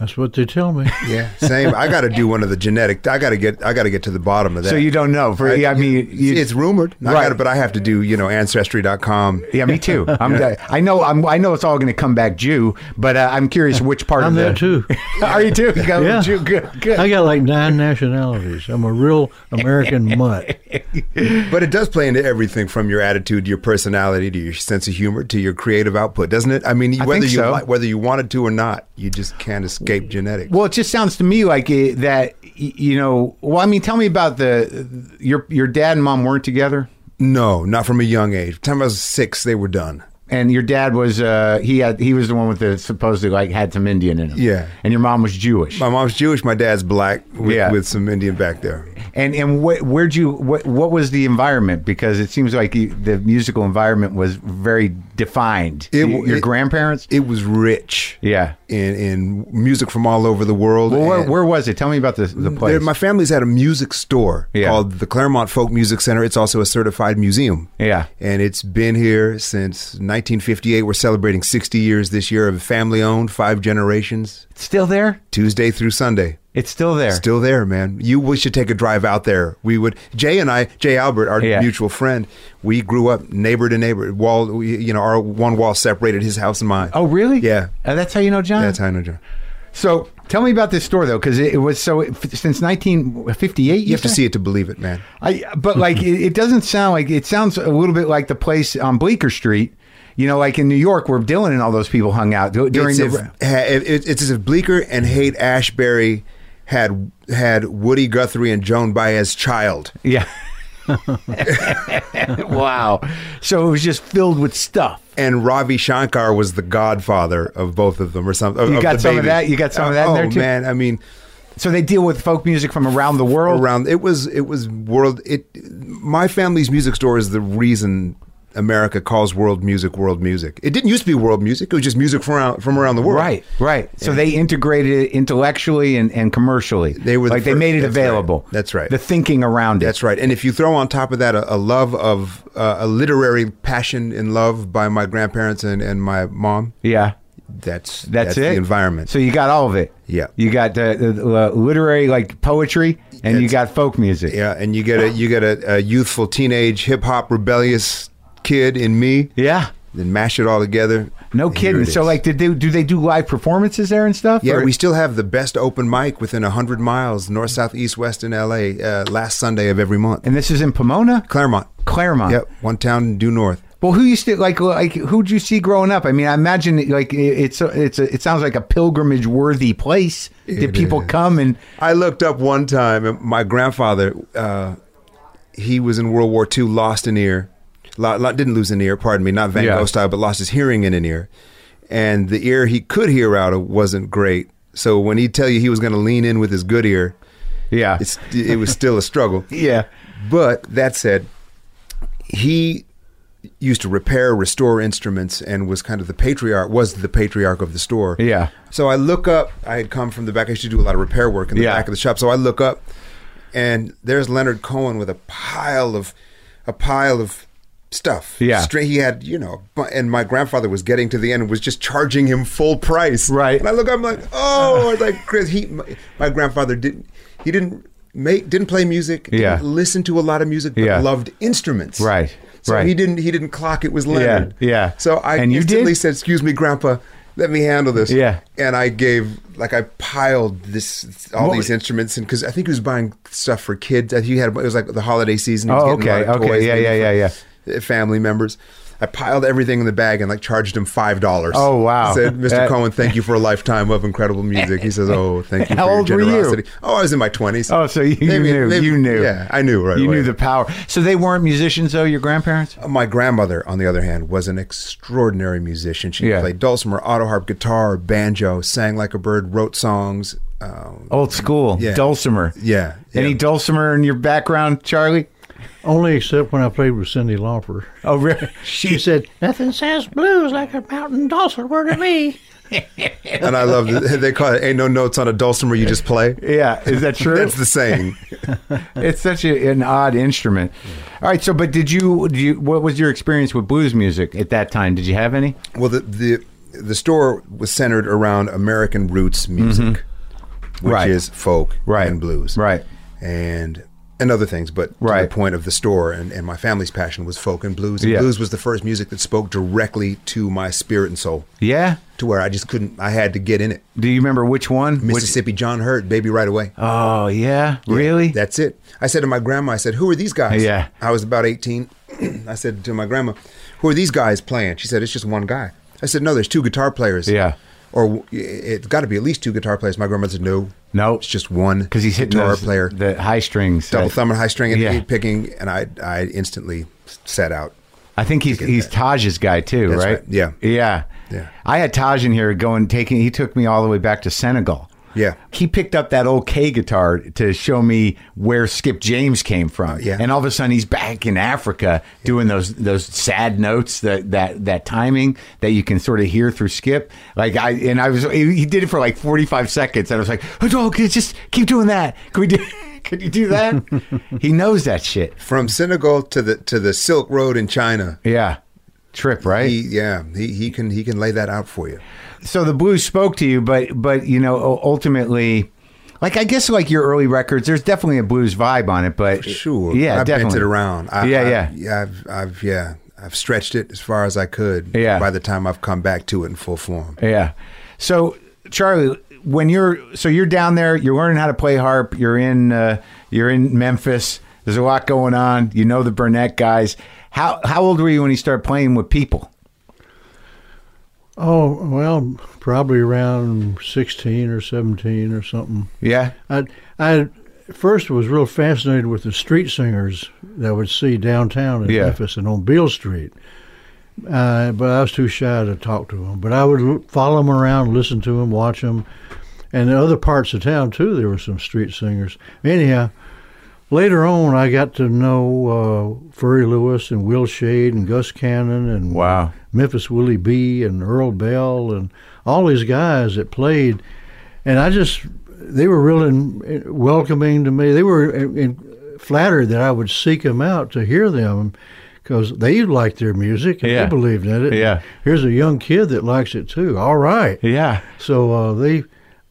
That's what they [laughs] tell me. Yeah, same. I got to do one of the genetic. I got to get. I got to get to the bottom of that. So you don't know. For I, mean, you- it's rumored. I Right. gotta, but I have to do you know ancestry.com. yeah, me too. I'm, I know. I'm, I know it's all going to come back Jew, but uh, I'm curious which part I'm of there the- too. [laughs] Are you too? You got a Yeah. Jew. Good, good. I got like nine nationalities. I'm a real American mutt. But it does play into everything from your attitude, to your personality, to your sense of humor, to your creative output, doesn't it? I mean, I whether think you so. li- whether you wanted to or not, you just can't escape genetics. Well, it just sounds to me like it, that y- you know. Well, I mean, tell me about the your your dad and mom weren't together, no, not from a young age. By the time I was six, they were done. and your dad was uh, he had he was the one with the supposedly like had some Indian in him. Yeah. and your mom was Jewish. My mom's Jewish, my dad's black, with, Yeah. with some Indian back there. And and wh- where'd you what what was the environment? Because it seems like you, the musical environment was very defined. It- Y- Your it- grandparents? It was rich. yeah. In, in music from all over the world. Well, where, and- where was it? Tell me about the the There- place. my family's had a music store Yeah. called the Claremont Folk Music Center. It's also a certified museum. Yeah. And it's been here since 1958. We're celebrating 60 years this year of family owned, five generations, It's still there? Tuesday through Sunday. It's still there. Still there, man. You we should take a drive out there. We would. Jay and I, Jay Albert, our Yeah. mutual friend, we grew up neighbor to neighbor. Wall, we- you know, our one wall separated his house and mine. oh, really? Yeah. Uh, that's how you know John. That's how I know John. so tell me about this store though, because it, it was so it, f- since 1958. You have to see it to believe it, man. I [laughs] but like it, it doesn't sound like it sounds a little bit like the place on Bleecker Street. You know, like in New York, where Dylan and all those people hung out du- during it's the. if, ha- it- it's as if Bleecker and Haight Ashbury had had Woody Guthrie and Joan Baez child. [laughs] [laughs] Yeah. wow. So it was just filled with stuff. And Ravi Shankar was the godfather of both of them, or something. You got the some of baby. that? You got some of that in Oh there, too? man, I mean, So they deal with folk music from around the world. around it was it was world. It my family's music store is the reason America calls world music world music. It didn't used to be world music; it was just music from around, from around the world. Right, right. So they integrated it intellectually and, and commercially. They were the like they fir- made it that's available. right, that's right. The thinking around it. That's right. And if you throw on top of that a, a love of uh, a literary passion and love by my grandparents and, and my mom, Yeah. that's That's, it. the environment. So you got all of it. Yeah. You got the, the, the literary like poetry, and you got folk music. yeah, and you get a you get a, a youthful teenage hip hop rebellious kid in me. Yeah. Then mash it all together. No and here kidding. it So is. like, did they do they do live performances there and stuff? Yeah, Or- we still have the best open mic within 100 miles, north, south, east, west in LA, uh, last Sunday of every month. and this is in Pomona, Claremont. Claremont. Yep, one town due north. Well, who used to like like who'd you see growing up? I mean, I imagine like it- it's a, it's a, it sounds like a pilgrimage worthy place. Did It people is. come and I looked up one time, and my grandfather, uh, he was in World War II, lost an ear. Lo- lo- didn't lose an ear, pardon me, not Van Yeah. Gogh style, but lost his hearing in an ear. And the ear he could hear out of wasn't great. So when he'd tell you he was going to lean in with his good ear, yeah it's, it was still a struggle. yeah But that said, he used to repair, restore instruments, and was kind of the patriarch. Was the patriarch of the store. Yeah. So I look up. I had come from the back. I used to do a lot of repair work in the Yeah. back of the shop. So I look up, and there's Leonard Cohen with a pile of a pile of stuff. Yeah. Stra- he had you know, bu- and my grandfather was getting to the end and was just charging him full price. Right. And I look up. I'm like, oh, I was like Chris. He, my, my grandfather didn't. He didn't. Make, didn't play music. didn't Yeah. listened to a lot of music, but Yeah. loved instruments. Right, So right. he didn't he didn't clock it was Leonard. yeah. So I And you instantly did? said, "Excuse me, Grandpa, let me handle this." Yeah. And I gave like I piled this all What- these instruments and because I think he was buying stuff for Uh, kids. He had it was like the holiday season. He was Oh, getting a lot okay, of okay. toys, Yeah, maybe yeah, yeah, for, uh, Family members. I piled everything in the bag and like charged him five dollars. Oh, wow. Said Mr. That- Cohen, thank you for a lifetime of incredible music. He says, oh, [laughs] thank you How for old were your you? generosity. Oh, I was in my twenties. Oh, so you, you knew. you knew. Yeah, I knew right You away. knew the power. So they weren't musicians, though. Your grandparents. My grandmother, on the other hand, was an extraordinary musician. She Yeah. played dulcimer, auto harp, guitar, banjo, sang like a bird, wrote songs. Um, Old school. Yeah. Dulcimer. yeah, Any yeah. dulcimer in your background, Charlie? Only except when I played with Cindy Lauper. Oh, really? [laughs] She said, Nothing says blues like a mountain dulcimer to [laughs] me. and I love that they call it "Ain't no notes on a dulcimer, you just play." yeah. Is that true? [laughs] That's the saying. [laughs] it's such a, an odd instrument. All right. So, but did you? Do you? What was your experience with blues music at that time? Did you have any? Well, the the the store was centered around American roots music, which Mm-hmm. Right. is folk Right. and blues, Right. and and other things. But to Right. the point of the store and, and my family's passion was folk and blues. And Yeah. Blues was the first music that spoke directly to my spirit and soul, Yeah. to where I just couldn't. I had to get in it. Do you remember which one? Which, Mississippi John Hurt, baby, right away. oh, yeah. Really? That's it. I said to my grandma, I said, Who are these guys? Yeah. I was about 18. [clears throat] I said to my grandma, Who are these guys playing? She said, It's just one guy. I said, No, there's two guitar players. Yeah. Or w- it's got to be at least two guitar players. My grandma said, No. No. It's just one. Because he's hitting guitar those, player, the high strings. double that- thumb and high string, and Yeah. eight picking. And I, I instantly set out. I think he's he's Taj's guy too, That's right? right. Yeah. yeah, Yeah. I had Taj in here going taking. He took me all the way back to Senegal. Yeah. he picked up that old K guitar to show me where Skip James came from. yeah. and all of a sudden he's back in Africa doing those those sad notes that that that timing that you can sort of hear through Skip. Like I and I was he he did it for like forty five seconds, and I was like, oh, dog, just keep doing that. Can we do? [laughs] Could you do that? he knows that shit. From Senegal to the to the Silk Road in China. Yeah, trip right. He, yeah, he, he can he can lay that out for you. so the blues spoke to you, but but you know u- ultimately, like I guess like your early records, there's definitely a blues vibe on it. But Sure. yeah, I definitely. bent it around. I, yeah, I, yeah, I've, I've, yeah, I've stretched it as far as I could. Yeah. By the time I've come back to it in full form. yeah. So Charlie, when you're so you're down there, you're learning how to play harp. You're in uh, you're in Memphis. There's a lot going on. You know the Burnett guys. How how old were you when you started playing with people? Oh, well, probably around 16 or 17 or something. Yeah, I, I first was real fascinated with the street singers that I would see downtown in Yeah. Memphis and on Beale Street. Uh, but I was too shy to talk to them. But I would l- follow them around, listen to them, watch them. And in other parts of town, too, there were some street singers. Anyhow, later on, I got to know uh, Furry Lewis and Will Shade and Gus Cannon and Wow. Memphis Willie B and Earl Bell and all these guys that played. And I just, they were real in, welcoming to me. They were in, in- flattered that I would seek them out to hear them because they liked their music and Yeah. they believed in it. Yeah. Here's a young kid that likes it too. All right. yeah. So uh, they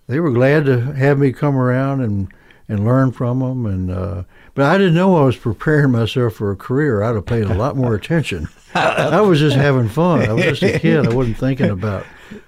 they were glad to have me come around and, and learn from them. And uh, but I didn't know I was preparing myself for a career. I'd have paid a lot more attention. I was just having fun. I was just a kid. I wasn't thinking about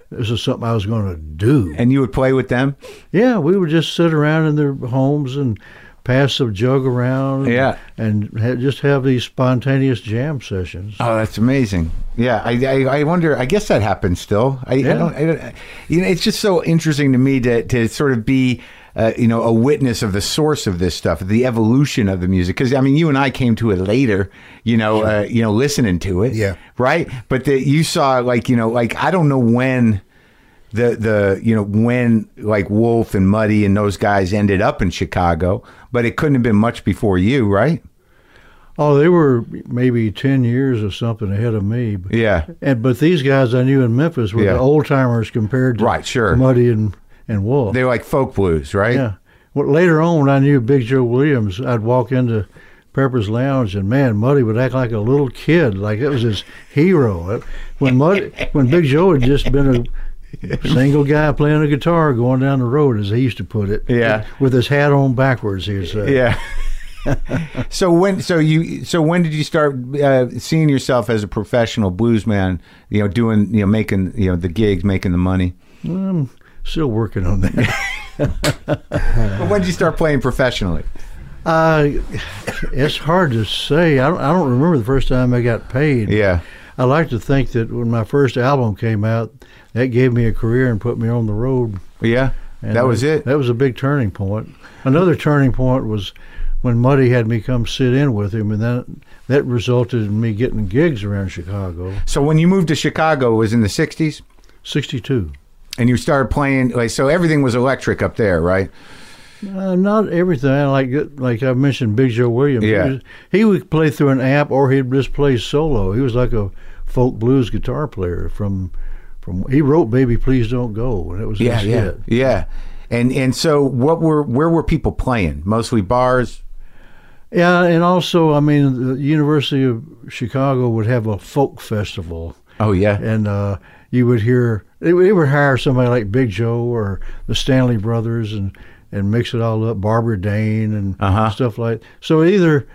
this is something I was going to do. And you would play with them. Yeah, we would just sit around in their homes and pass a jug around. Yeah. and, ha- just have these spontaneous jam sessions. Oh, that's amazing. Yeah, I, I, I wonder. I guess that happens still. I, I Yeah. don't. I don't you know, it's just so interesting to me to to sort of be. Uh, you know, a witness of the source of this stuff, the evolution of the music. Because I mean, you and I came to it later. You know, uh, you know, listening to it. Yeah. Right. But that you saw, like, you know, like I don't know when the the you know when like Wolf and Muddy and those guys ended up in Chicago, but it couldn't have been much before you, right? Oh, they were maybe ten years or something ahead of me. But Yeah. And but these guys I knew in Memphis were Yeah. the old timers compared to Right, sure. Muddy and and Wolf. They were like folk blues, right? yeah. Well, later on, I knew Big Joe Williams. I'd walk into Pepper's Lounge, and man, Muddy would act like a little kid, like it was his hero. Uh, When Muddy, when Big Joe had just been a single guy playing a guitar going down the road, as he used to put it. Yeah. With his hat on backwards, uh, he'd say. [laughs] Yeah. so when so you so when did you start uh, seeing yourself as a professional blues man? You know, doing you know making you know the gigs, making the money. Still working on that. But when did you start playing professionally? Uh, it's hard to say. I don't, I don't remember the first time I got paid. Yeah. I like to think that when my first album came out, that gave me a career and put me on the road. Yeah, And that was it. That was a big turning point. Another turning point was when Muddy had me come sit in with him, and that that resulted in me getting gigs around Chicago. So when you moved to Chicago, it was in the '60s, Sixty-two. and you started playing. Like, so everything was electric up there, right? Uh, not everything. Like like I mentioned, Big Joe Williams. Yeah. He, was- he would play through an amp, or he'd just play solo. He was like a folk blues guitar player from from. He wrote "Baby Please Don't Go," and it was his yeah, hit. yeah. And and so what were where were people playing? Mostly bars. Yeah, and also, I mean, the University of Chicago would have a folk festival, Oh yeah, and uh, you would hear they, would- they would hire somebody like Big Joe or the Stanley Brothers, and and mix it all up, Barbara Dane and Uh-huh. stuff like. So either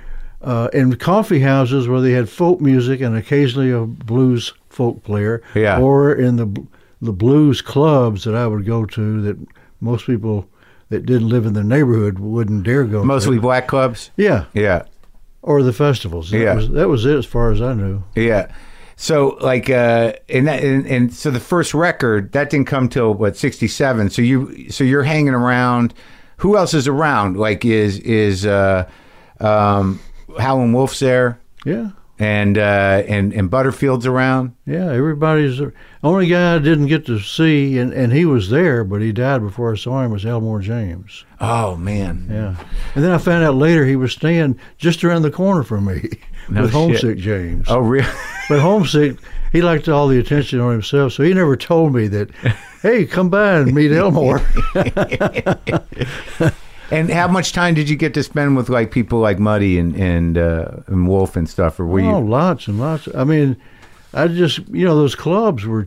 uh, in coffee houses where they had folk music and occasionally a blues folk player, Yeah. or in the bl- the blues clubs that I would go to that most people that didn't live in the neighborhood wouldn't dare go. to. mostly black clubs. Yeah Yeah, or the festivals. That Yeah. was, that was it as far as I knew. yeah. So like, uh, and that and, and so the first record that didn't come till what '67. So you so you're hanging around. Who else is around? Like is is uh, um, Howlin' Wolf's there, Yeah, and uh, and and Butterfield's around. yeah. Everybody's only guy I didn't get to see, and, and he was there, but he died before I saw him. Was Elmore James? Oh man, Yeah, and then I found out later he was staying just around the corner from me [laughs] with shit. homesick James. oh real. But homesick, he liked all the attention on himself, so he never told [laughs] me that. Hey, come by and meet Elmore. [laughs] And how much time did you get to spend with like people like Muddy and and, uh, and Wolf and stuff? Or were Oh, you? lots and lots. I mean, I just you know those clubs were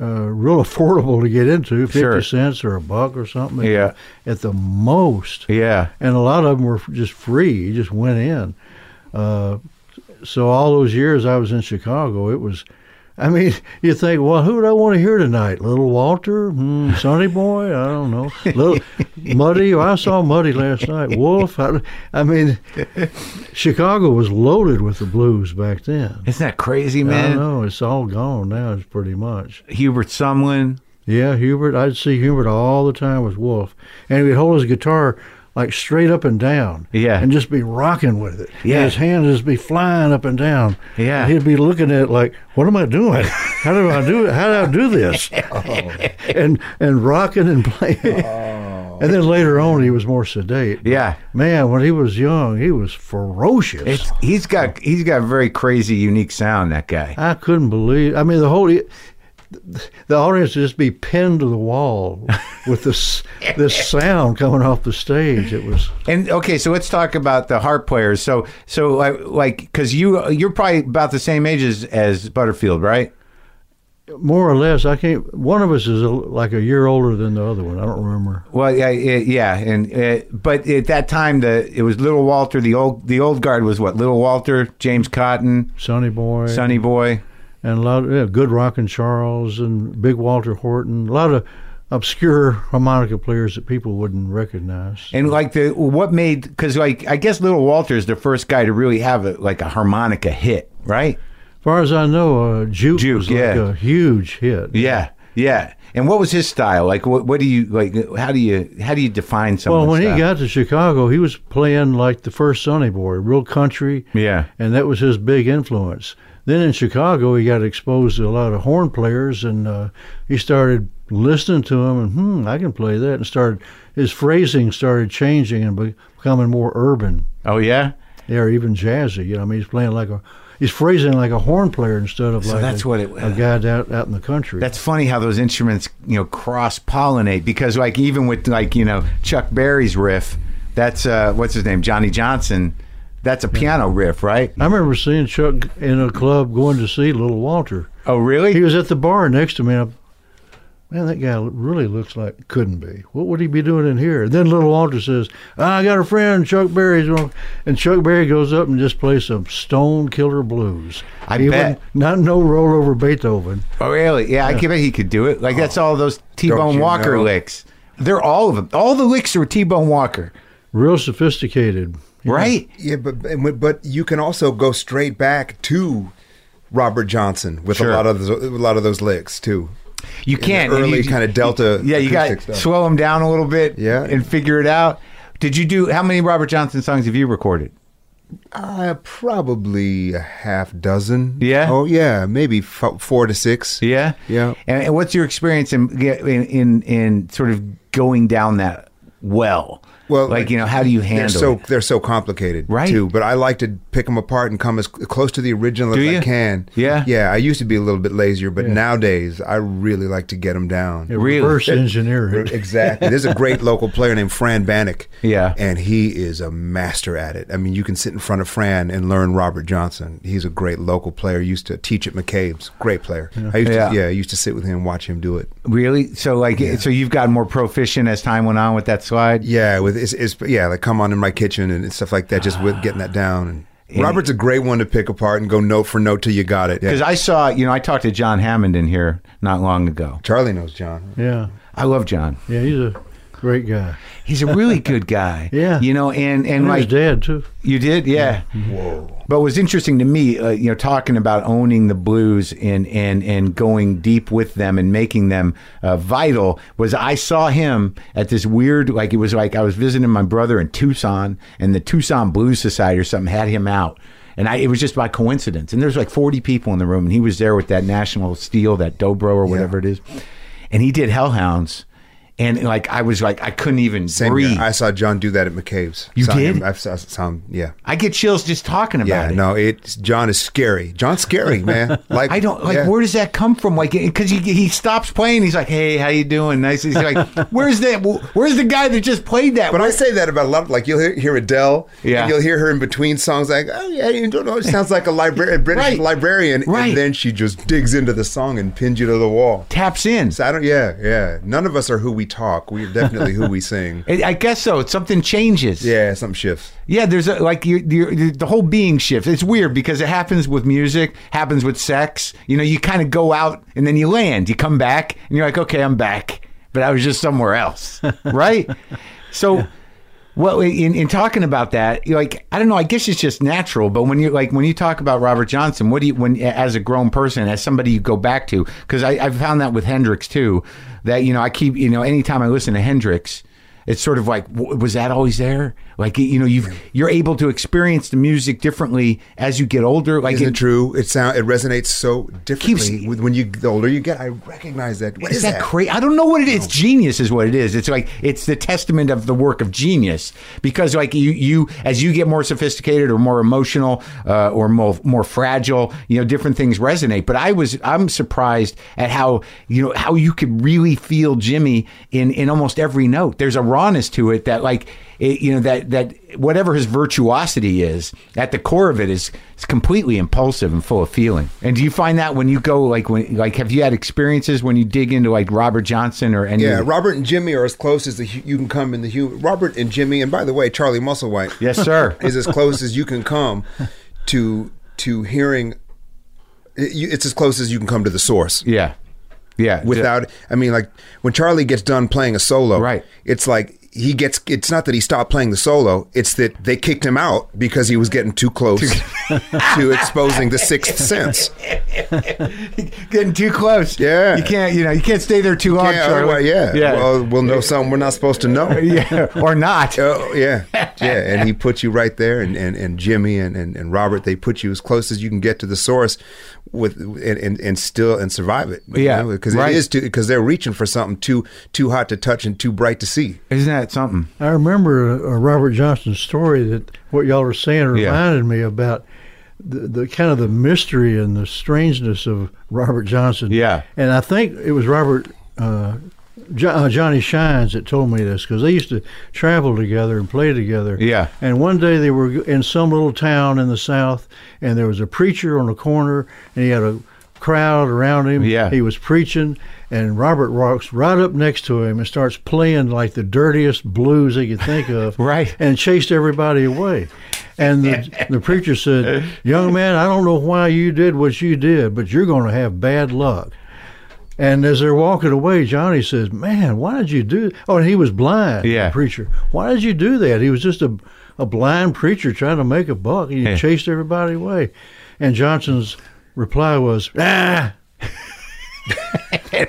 uh, real [laughs] affordable to get into, fifty Sure. cents or a buck or something. at- Yeah. at the most. Yeah, And a lot of them were just free. You just went in. Uh, so all those years I was in Chicago, it was. I mean, [laughs] you think, well, who would I want to hear tonight? Little Walter, hmm, Sonny Boy, I don't know. Little Muddy, I saw Muddy last night. Wolf, I, I mean, Chicago was loaded with the blues back then. isn't that crazy, I man? don't know. It's all gone now. It's pretty much. Hubert Sumlin. Yeah, Hubert. I'd see Hubert all the time with Wolf, and he'd hold his guitar like straight up and down. Yeah. and just be rocking with it. Yeah. and his hands just be flying up and down. Yeah. and he'd be looking at it like, "What am I doing? How do I do it? How do I [laughs] do this?" Oh. and and rocking and playing. And then later on, he was more sedate. Oh. Yeah. man, when he was young, he was ferocious. It's he's got he's got a very crazy unique sound that guy. I couldn't believe. I mean, the whole the audience would just be pinned to the wall with this this sound coming off the stage. It was And okay, so let's talk about the harp players. So so like like because you you're probably about the same age as, as Butterfield, right? more or less. I can't. One of us is a, like a year older than the other one. I don't remember. Well, yeah, yeah, yeah, and uh, but at that time the it was Little Walter. The old the old guard was what Little Walter, James Cotton, Sonny Boy, Sonny Boy. and a lot of yeah, good Rockin' Charles and Big Walter Horton. A lot of obscure harmonica players that people wouldn't recognize. And like the what made because like I guess Little Walter is the first guy to really have a, like a harmonica hit, right? As far as I know, uh, Juke, Juke, was like yeah. a huge hit. Yeah, yeah. And what was his style? Like, what, what do you like? How do you how do you define someone? Well, when he got to Chicago, he was playing like the first Sonny Boy, real country. Yeah. And that was his big influence. Then in Chicago, he got exposed to a lot of horn players and uh, he started listening to them and, hmm, I can play that. And started, his phrasing started changing and be- becoming more urban. oh yeah, Yeah, or even jazzy. You know, I mean, he's playing like a, he's phrasing like a horn player instead of So like that's a, what it- a guy out, out in the country. that's funny how those instruments you know cross pollinate because like even with like you know Chuck Berry's riff, that's uh what's his name Johnny Johnson, that's a piano riff, right? I remember seeing Chuck in a club going to see Little Walter. Oh really? He was at the bar next to me. And I, man, that guy really looks like couldn't be. What would he be doing in here? And then little Walter says, "Ah, "I got a friend, Chuck Berry's on," and Chuck Berry goes up and just plays some Stone Killer blues. I He bet. wasn't- Not no roll over Beethoven. Oh, really? Yeah, I I bet he could do it. Like that's all those Don't T-Bone you Walker know? licks. They're all of them. All the licks are T-Bone Walker, Real sophisticated. right? Yeah, but but- but you can also go straight back to Robert Johnson with Sure. a lot of those, a lot of those licks too. You the can't early you- kinda Delta Yeah, you got acoustic stuff. slow them down a little bit. Yeah. and figure it out. Did you do how many Robert Johnson songs have you recorded? Uh, probably a half dozen. Yeah? Oh yeah, maybe f- four to six. Yeah, Yeah. And, and what's your experience in, in in in sort of going down that well? Well, like you know, how do you handle? They're so it? they're so complicated, Right. Too, but I like to pick them apart and come as close to the original Do as you? I can. Yeah. yeah. I used to be a little bit lazier, but nowadays I really like to get them down. Yeah, Really? [laughs] Reverse engineering. [laughs] Exactly. There's a great local player named Fran Bannock. Yeah. And he is a master at it. I mean, you can sit in front of Fran and learn Robert Johnson. He's a great local player. Used to teach at McCabe's. Great player. I used Yeah. to yeah, I used to sit with him and watch him do it. Really? So like, so you've gotten more proficient as time went on with that slide. Yeah, with it's, it's yeah, like come on in my kitchen and stuff like that. Just with getting Ah. that down. And Robert's a great one to pick apart and go note for note till you got it. Because Yeah. I saw, you know, I talked to John Hammond in here not long ago. Charlie knows John. Yeah. I love John. Yeah, he's a great guy. He's a really [laughs] good guy. Yeah. You know, and and And like his dad too. You did, yeah. Whoa. But what's interesting to me, uh, you know, talking about owning the blues and and and going deep with them and making them uh, vital was I saw him at this weird, like it was like I was visiting my brother in Tucson, and the Tucson Blues Society or something had him out. And I, it was just by coincidence. And there's like 40 people in the room, and he was there with that national steel, that dobro or whatever it is. And he did Hellhounds. And like, I was like, I couldn't even Same breathe. year. I saw John do that at McCabe's. You saw did? Him. I saw, saw him. Yeah. I get chills just talking about Yeah, it. no, it's John is scary. John's scary, man. [laughs] Like I don't like. yeah. Where does that come from? Like, because he he stops playing. He's like, "Hey, how you doing?" Nice. He's [laughs] like, "Where's that? Where's the guy that just played that?" But I say that about a lot. Of, like you'll hear, hear Adele, Yeah. and you'll hear her in between songs, like, "Oh yeah, you don't know." It sounds like a libra- a British Right. librarian, Right. and then she just digs into the song and pins you to the wall. taps in. So I don't. Yeah, yeah. None of us are who we talk. We are definitely who [laughs] we sing. I I guess so. Something changes. Yeah, something shifts. Yeah, there's a, like your, your, your- the whole being shift. It's weird because it happens with music, happens with sex. You know, you kind of go out and then you land. You come back and you're like, okay, I'm back, but I was just somewhere [laughs] else, right? So, well, in, in talking about that, you're like, I don't know. I guess it's just natural. But when you like when you talk about Robert Johnson, what do you when as a grown person, as somebody you go back to? Because I, I found that with Hendrix too, that you know I keep you know anytime I listen to Hendrix it's sort of like w- was that always there like you know you've you're able to experience the music differently as you get older like Isn't it true? It sound it resonates so differently Keeps- with when you the older you get. I recognize that. What is, is that crazy? I don't know what it is. It's genius is what it is. It's like it's the testament of the work of genius because like you you as you get more sophisticated or more emotional uh, or more more fragile, you know, different things resonate. But I was I'm surprised at how you know how you could really feel Jimmy in in almost every note. There's a rawness to it that like it, you know that that whatever his virtuosity is at the core of it is it's completely impulsive and full of feeling and do you find that when you go like when like have you had experiences when you dig into like robert johnson or any Yeah, Robert and Jimmy are as close as the, hu- you can come in the human. Robert and Jimmy, and by the way, Charlie Musselwhite. yes sir [laughs] is as close as you can come to to hearing. it- you- It's as close as you can come to the source yeah yeah without. I mean, like when Charlie gets done playing a solo, Right. It's like he gets. It's not that he stopped playing the solo. It's that they kicked him out because he was getting too close [laughs] [laughs] to exposing the sixth sense. [laughs] getting too close Yeah. you can't you know you can't stay there too long Yeah, Charlie. otherwise- yeah. yeah Well, we'll know something we're not supposed to know. [laughs] yeah or not Oh yeah, yeah, and he put you right there, and, and, and Jimmy and, and, and Robert, they put you as close as you can get to the source, with and, and, and still and survive it. you Yeah, know, because right. it is too because they're reaching for something too too hot to touch and too bright to see. isn't that something [laughs] I remember a, a Robert Johnson story that what y'all were saying Yeah. reminded me about the, the kind of the mystery and the strangeness of Robert Johnson. Yeah. and I think it was Robert uh, jo- uh, Johnny Shines that told me this because they used to travel together and play together. Yeah. and one day they were in some little town in the South, and there was a preacher on the corner, and he had a crowd around him. Yeah. He was preaching, and Robert walks right up next to him and starts playing like the dirtiest blues he could think [laughs] of. Right. And chased everybody away. And [laughs] the, the preacher said, Young man, I don't know why you did what you did, but you're going to have bad luck. And as they're walking away, Johnny says, Man, why did you do Oh, and he was blind, the Yeah. preacher. Why did you do that? He was just a, a blind preacher trying to make a buck. He chased everybody away. And Johnson's reply was, ah,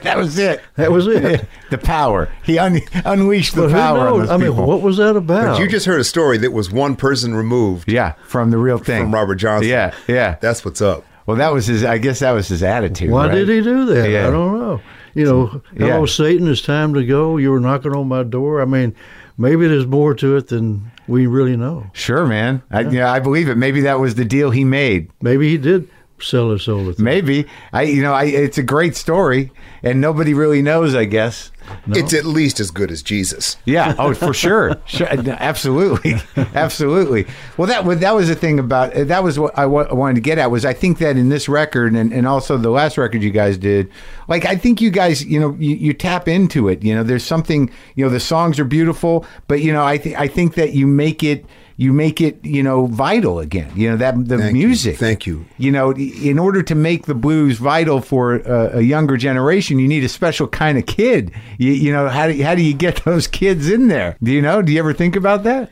that was it. that [laughs] was it. The power. He un- unleashed the But who power on knows? those I mean, people. what was that about? But you just heard a story that was one person removed yeah, from the real thing. from Robert Johnson. Yeah, yeah. That's what's up. Well, that was his. I guess that was his attitude. Why right? did he do that? Yeah. I don't know. You know, Yeah. hello, Satan, it's time to go. You were knocking on my door. I mean, maybe there's more to it than we really know. Sure, man. I, yeah, I believe it. Maybe that was the deal he made. Maybe he did sell his soul to Maybe I, you know, I, it's a great story, and nobody really knows. I guess. It's at least as good as Jesus. Yeah. Oh, [laughs] for sure. sure. Absolutely. [laughs] Absolutely. Well, that was that was the thing about uh, that was what I wa- wanted to get at was I think that in this record and, and also the last record you guys did, like I think you guys you know you, you tap into it. You know, there's something you know the songs are beautiful, but you know I think I think that you make it you make it you know vital again. You know that the Thank you. music. Thank you. You know, in order to make the blues vital for a, a younger generation, you need a special kind of kid. You, you know, how do, you- how do you get [laughs] those kids in there? Do you know? Do you ever think about that?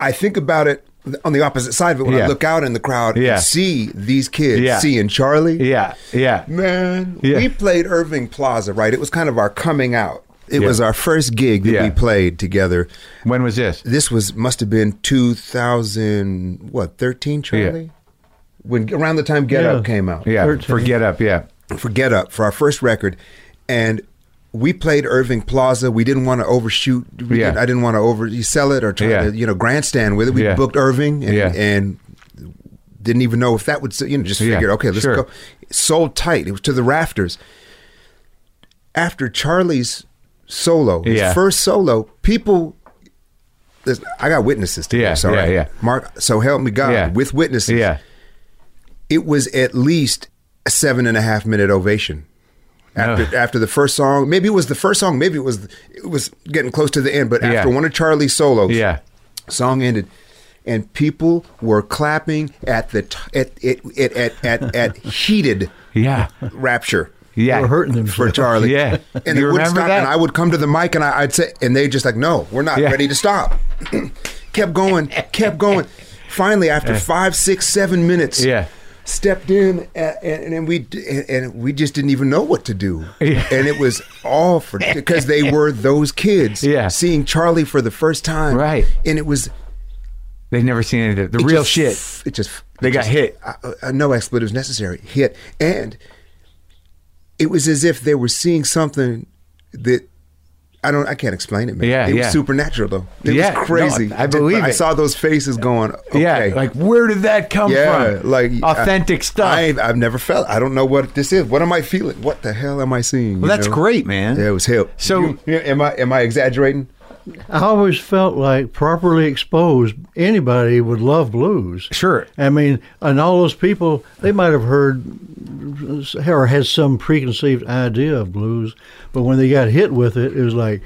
I think about it on the opposite side of it when Yeah. I look out in the crowd Yeah. and see these kids Yeah. seeing Charlie. Yeah, yeah, Man, Yeah. we played Irving Plaza, right? It was kind of our coming out. It Yeah. was our first gig that Yeah. we played together. When was this? This was must have been 2000 what 13 Charlie when around the time Get Yeah. Up came out. Yeah, Thirteen. for Get Up. Yeah, for Get Up for our first record, and we played Irving Plaza. We didn't want to overshoot. We Yeah. didn't- I didn't want to over you sell it or try Yeah. to you know grandstand with it. We Yeah. booked Irving and, Yeah. and didn't even know if that would you know just Yeah, figured okay let's sure. go. Sold tight. It was to the rafters. After Charlie's solo, his Yeah. first solo, people. this- I got witnesses to Yeah, this. All yeah, right, yeah. Mark. So help me God yeah. with witnesses Yeah, it was at least a seven and a half minute ovation after after the first song. Maybe it was the first song. Maybe it was it was getting close to the end. But Yeah. after one of Charlie's solos, Yeah. song ended, and people were clapping at the t- at at at at, at, at heated yeah, rapture. yeah. Or hurting themselves. For Charlie, Yeah. and You they wouldn't remember stop. that? And I would come to the mic, and I, I'd say, and they just like, "No, we're not Yeah. ready to stop." [clears throat] kept going, kept going. Finally, after five, six, seven minutes, Yeah. stepped in and, and, and we d- and, and we just didn't even know what to do and it was all for [laughs] because they were those kids Yeah. seeing charlie for the first time Right. and it was They've never seen any of it. The it real just- shit. it just They it got just- hit. uh, uh, no expletives necessary hit and it was as if they were seeing something that I don't. I can't explain it, man. Yeah, it yeah. was supernatural though. It Yeah, no, was crazy. I believe I it. saw those faces going. Okay. Yeah, like where did that come Yeah, from? like authentic I, stuff. I, I've never felt. I don't know what this is. What am I feeling? What the hell am I seeing? well, you that's know? great, man. Yeah, it was hip. So- You- you- am I? Am I exaggerating? I always felt like properly exposed, anybody would love blues. Sure. I mean, and all those people, they might have heard or had some preconceived idea of blues, but when they got hit with it, it was like,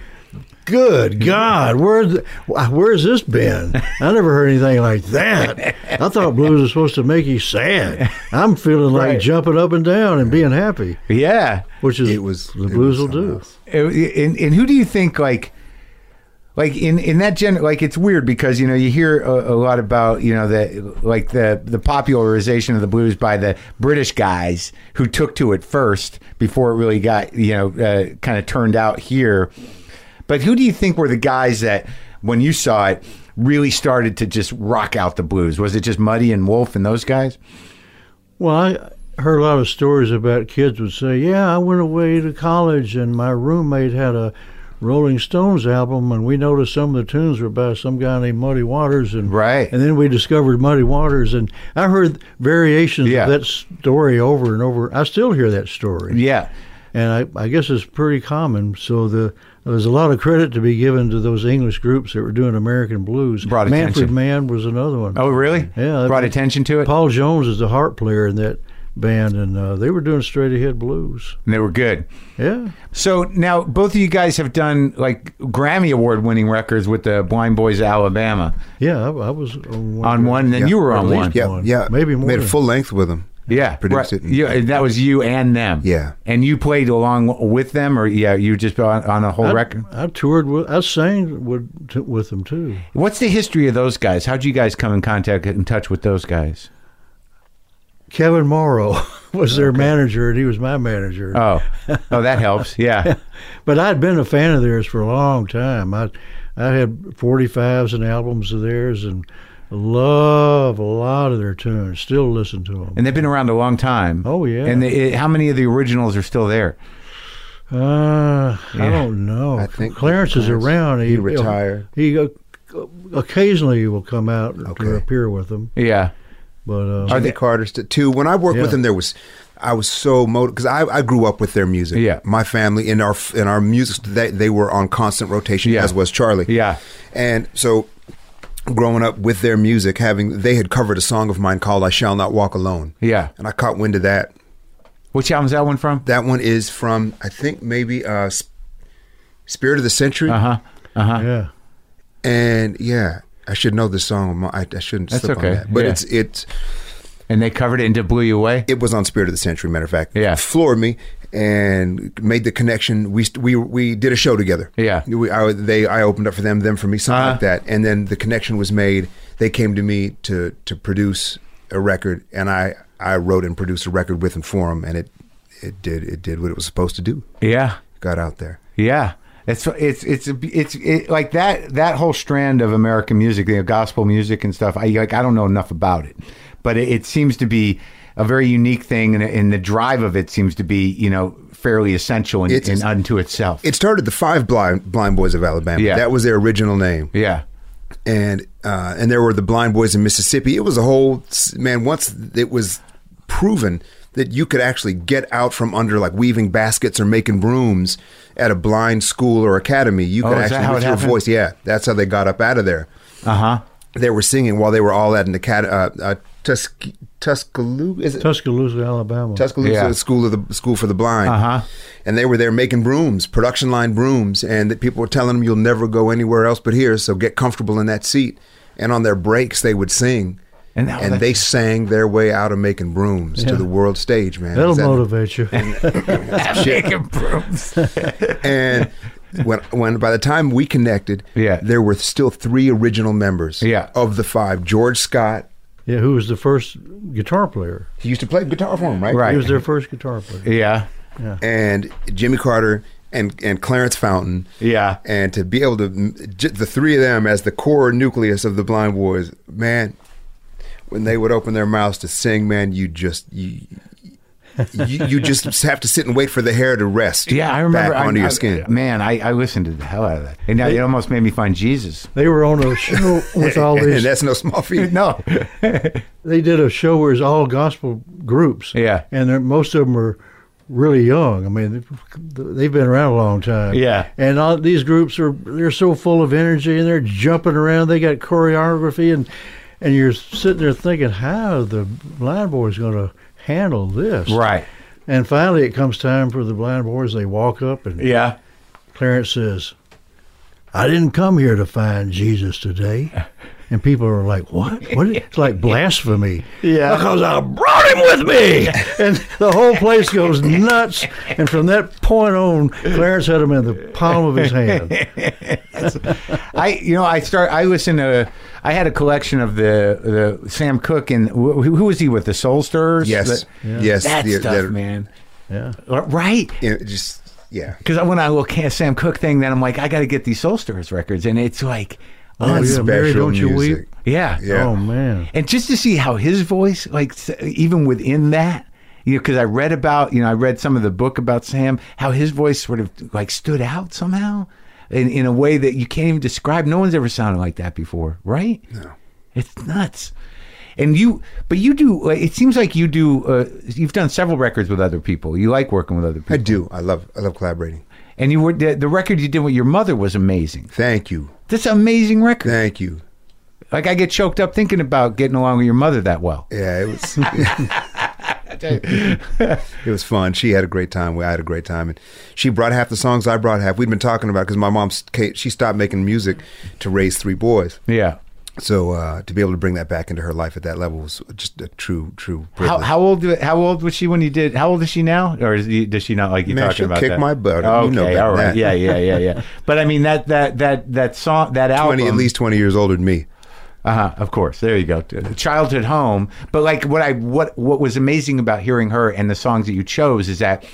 good God, where's where's this been? I never heard anything like that. I thought blues was supposed to make you sad. I'm feeling like Right. jumping up and down and being happy, Yeah. which is It was- the it was blues will something do. else. Eh, and, and who do you think like like in in that gen like it's weird because you know you hear a, a lot about you know the like the the popularization of the blues by the british guys who took to it first before it really got you know uh, kind of turned out here but who do you think were the guys that when you saw it really started to just rock out the blues was it just muddy and wolf and those guys Well, I heard a lot of stories about kids would say, "Yeah, I went away to college, and my roommate had a Rolling Stones album, and we noticed some of the tunes were by some guy named Muddy Waters, and Right. and then we discovered Muddy Waters, and I heard variations Yeah. of that story over and over. I still hear that story, yeah and I, I guess it's pretty common. So the there's a lot of credit to be given to those English groups that were doing American blues. Brought Manfred attention. Mann was another one. oh really Yeah, brought that- attention to it Paul Jones is the harp player in that band, and uh, they were doing straight ahead blues. and they were good Yeah, So now both of you guys have done like Grammy award winning records with the Blind Boys of Alabama yeah, I, I was on one. on one, and then Yeah. you were At on least one. one. Yeah, yeah. Maybe more Made a than- full length with them. Yeah, right. Produced it and- Yeah, and that was you and them. Yeah. and you played along with them, or yeah, you just on, on a whole I, record. I toured with, I sang with, t- with them too. [laughs] What's the history of those guys? How'd you guys come in contact, in touch with those guys? Kevin Morrow [laughs] was their manager, and he was my manager. Oh, oh, that helps. Yeah. But I'd been a fan of theirs for a long time. I I had 45s and albums of theirs and love a lot of their tunes. Still listen to them. And they've been around a long time. Oh, yeah. And they, it, how many of the originals are still there? uh, I Yeah. don't know. I think Clarence, is Clarence- around. he retired. He uh, occasionally will come out Okay. to appear with them. Yeah. But uh, Jimmy Carter st- too. When I worked with Yeah. them, there was I was so motivated because I, I grew up with their music. Yeah. my family in our in our music they, they were on constant rotation Yeah. as was Charlie. Yeah. and so growing up with their music, having they had covered a song of mine called "I Shall Not Walk Alone." Yeah. and I caught wind of that. Which album's that one from? That one is from I think maybe uh, S- Spirit of the Century. Uh huh. Uh huh. yeah. And yeah, I should know the song. I, I shouldn't That's slip okay. on that. But Yeah. it's it's And they covered it and it blew you away. it was on Spirit of the Century. Matter of fact, Yeah. floored me and made the connection. We st- we we did a show together. Yeah. we, I, they I opened up for them, them for me, something Uh-huh. like that. And then the connection was made. They came to me to to produce a record, and I I wrote and produced a record with and for them, and it it did it did what it was supposed to do. Yeah. Got out there. Yeah. It's it's it's it's it, like that that whole strand of American music, the gospel music and stuff. I like I don't know enough about it, but it, it seems to be a very unique thing, and, and the drive of it seems to be you know fairly essential in, It's- in unto itself. It started the Five Blind Blind Boys of Alabama. Yeah. that was their original name. yeah, and uh, and there were the blind boys in Mississippi. It was a whole man. Once it was proven that you could actually get out from under like weaving baskets or making brooms at a blind school or academy, you Oh, could is that actually how with it your happened? voice. Yeah, that's how they got up out of there. uh huh. They were singing while they were all at an academy. Uh, uh, Tuske- Tuscaloosa is it? Tuscaloosa, Alabama. Tuscaloosa Yeah. School of the School for the Blind. Uh-huh. And they were there making brooms, production line brooms, and that people were telling them you'll never go anywhere else but here, so get comfortable in that seat. And on their breaks they would sing. And that- and they sang their way out of making brooms to the world stage, man. That'll Is that- motivate you. Making brooms. [laughs] And when when by the time we connected, Yeah. there were still three original members Yeah. of the five. George Scott, [laughs] yeah, who was the first guitar player? he used to play guitar for him, right? Right. He was their first guitar player. [laughs] yeah, And Jimmy Carter and and Clarence Fountain. yeah. and to be able to j- the three of them as the core nucleus of the blind boys man when they would open their mouths to sing man you just you you, you just [laughs] have to sit and wait for the hair to rest Yeah, I remember. back I- onto I- your skin [laughs] man. I, I listened to the hell out of that, and it almost made me find Jesus. They were on [laughs] a show with all and, these. that's no small [laughs] feat No, They did a show where it's all gospel groups. Yeah. and they're- most of them are really young. I mean, they've been around a long time. Yeah. and all these groups are they're so full of energy and they're jumping around. They got choreography and and you're sitting there thinking, how are the blind boys going to handle this? right? And finally, it comes time for the blind boys. They walk up and Yeah, Clarence says, I didn't come here to find Jesus today. And people are like, What? What? It's like blasphemy. Yeah. Because I brought him with me. [laughs] [laughs] And the whole place goes nuts. And from that point on, Clarence had him in the palm of his hand. I you know I start I listened to I had a collection of the the Sam Cooke and who, who was he with the Soul Stirrers? yes The- yes that the- stuff, that- man. Yeah. Right. you know, just yeah Because when I look at Sam Cooke thing, then I'm like, I got to get these Soul Stirrers records, and it's like, oh yeah, Mary, Special Don't You Weep. music. yeah, Yeah. Oh, man. And just to see how his voice, like s- even within that, you know, because I read about, you know, I read some of the book about Sam, how his voice sort of like stood out somehow in, in a way that you can't even describe. No one's ever sounded like that before, right? No. It's nuts. And you, but you do, like, it seems like you do, uh, you've done several records with other people. You like working with other people. i do i love i love collaborating And you were, the, the record you did with your mother was amazing. thank you That's an amazing record. thank you Like I get choked up thinking about getting along with your mother that well. yeah it was [laughs] it was fun she had a great time we I had a great time and she brought half the songs i brought half we'd been talking about because my mom she stopped making music to raise three boys Yeah. so uh, to be able to bring that back into her life at that level was just a true true How, privilege. how old how old was she when you did? How old is she now, or is he, does she not like you Man, talking she'll about kick that? my butt. Okay, You know better all than right, that. [laughs] yeah, yeah, yeah, yeah. But I mean that that that that song that album. twenty at least twenty years older than me. Uh-huh, of course. There you go. Childhood home. But like what I what what was amazing about hearing her and the songs that you chose is that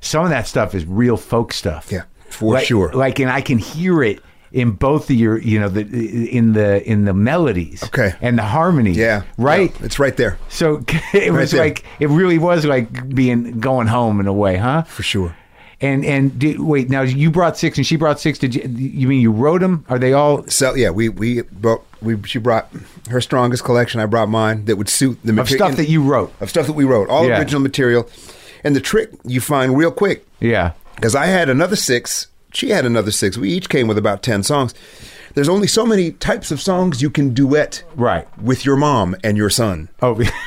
some of that stuff is real folk stuff. Yeah, for Like- sure. Like and I can hear it in both of your you know the in the in the melodies Okay. and the harmonies. Yeah. Right? Yeah, it's right there. So [laughs] it was there. like it really was like being going home in a way, huh? For sure. And and did, wait, now you brought six and she brought six. Did you, you mean you wrote them? Are they all So yeah, we we brought we she brought her strongest collection. I brought mine that would suit the of material stuff that you wrote? of stuff that we wrote, all Yeah. original material. And the trick you find real quick Yeah. because I had another six, she had another six. We each came with about ten songs. There's only so many types of songs you can duet Right. with your mom and your son. Oh, [laughs]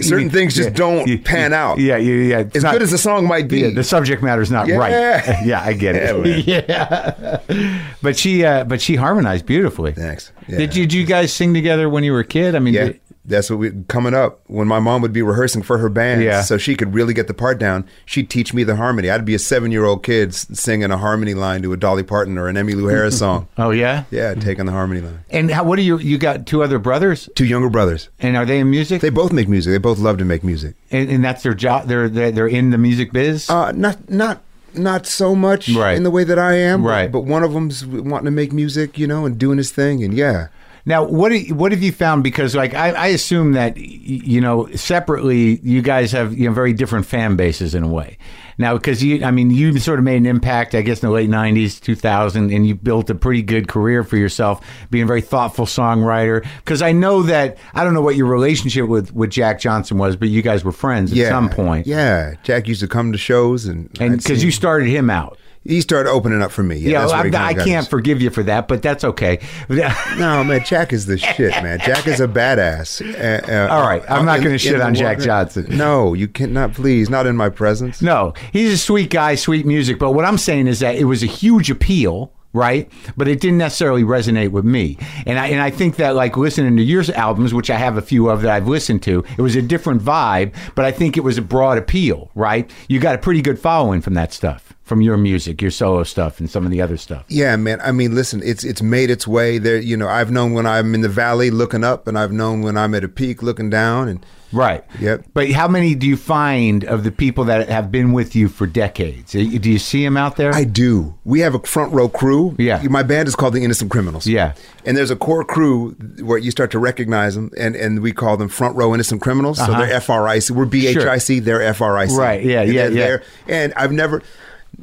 Certain things just don't you- pan you- out. Yeah, yeah, yeah. It's As not- good as the song might be, yeah, the subject matter's not Yeah. right. [laughs] yeah, I get it. [laughs] Yeah, but she, uh, but she harmonized beautifully. Thanks. Did Yeah. you, did you guys sing together when you were a kid? I mean, Yeah. did- That's what we coming up when my mom would be rehearsing for her band, Yeah. so she could really get the part down. She'd teach me the harmony. I'd be a seven-year-old kid s- singing a harmony line to a Dolly Parton or an Emmylou Harris [laughs] song. oh yeah. Yeah, taking the harmony line. And how, what are you? You got two other brothers, Two younger brothers. and are they in music? They both make music. They both love to make music. and, and that's their job. They're, they're they're in the music biz. Uh, not not not so much Right. in the way that I am. but- Right. But, one of them's wanting to make music, you know, and doing his thing, and yeah. Now, what do you- what have you found? Because like I, I assume that y- you know separately, you guys have you know very different fan bases in a way. Now, because you, I mean, you sort of made an impact, I guess, in the late '90s, 2000, and you built a pretty good career for yourself, being a very thoughtful songwriter. Because I know that I don't know what your relationship with with Jack Johnson was, but you guys were friends at Yeah. some point, Yeah. Jack used to come to shows and And I'd see because you him. started him out, he started opening up for me. Yeah. yeah, that's where he I, kinda I got can't us. forgive you for that, but that's okay. [laughs] No, man, Jack is the shit, man. Jack is [laughs] a badass. Uh, uh, All right, I'm not in- gonna in shit the on Jack water- Johnson. No, you cannot, please, not in my presence. No, he's a sweet guy, sweet music. But what I'm saying is that it was a huge appeal, right? But it didn't necessarily resonate with me. And I and I think that like listening to your albums, which I have a few of that I've listened to, it was a different vibe. But I think it was a broad appeal, right? You got a pretty good following from that stuff, from your music, your solo stuff, and some of the other stuff. Yeah, man. I mean, listen, it's it's made its way there. You know, I've known when I'm in the valley looking up, and I've known when I'm at a peak looking down, and Right. Yep. But how many do you find of the people that have been with you for decades? Do you see them out there? I do. We have a front row crew. Yeah. My band is called the Innocent Criminals. Yeah. And there's a core crew where you start to recognize them, and, and we call them front row innocent criminals. So they're FRIC. We're BHIC. They're FRIC. Uh-huh. Right, yeah, And yeah, they're yeah. there. And I've never.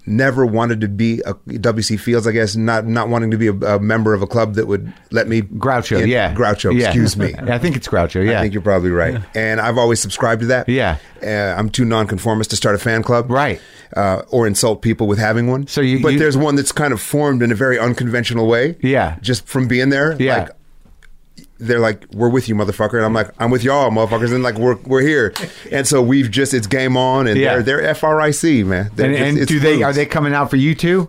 Never wanted to be a WC Fields, I guess. Not not wanting to be a, a member of a club that would let me Groucho, in- yeah. Groucho. Yeah. [laughs] Excuse me. I think it's Groucho, yeah. I think you're probably right. And I've always subscribed to that. Yeah. Uh, I'm too nonconformist to start a fan club. Right. Uh, or insult people with having one. So you- But you- there's one that's kind of formed in a very unconventional way. Yeah. Just from being there. Yeah. Like, they're like, we're with you, motherfucker, and I'm like, I'm with y'all, motherfuckers, and like, we're we're here, and so we've just it's game on, and Yeah. they're they're FRIC, man. They're- and it's- and it's do they foods. are they coming out for you too?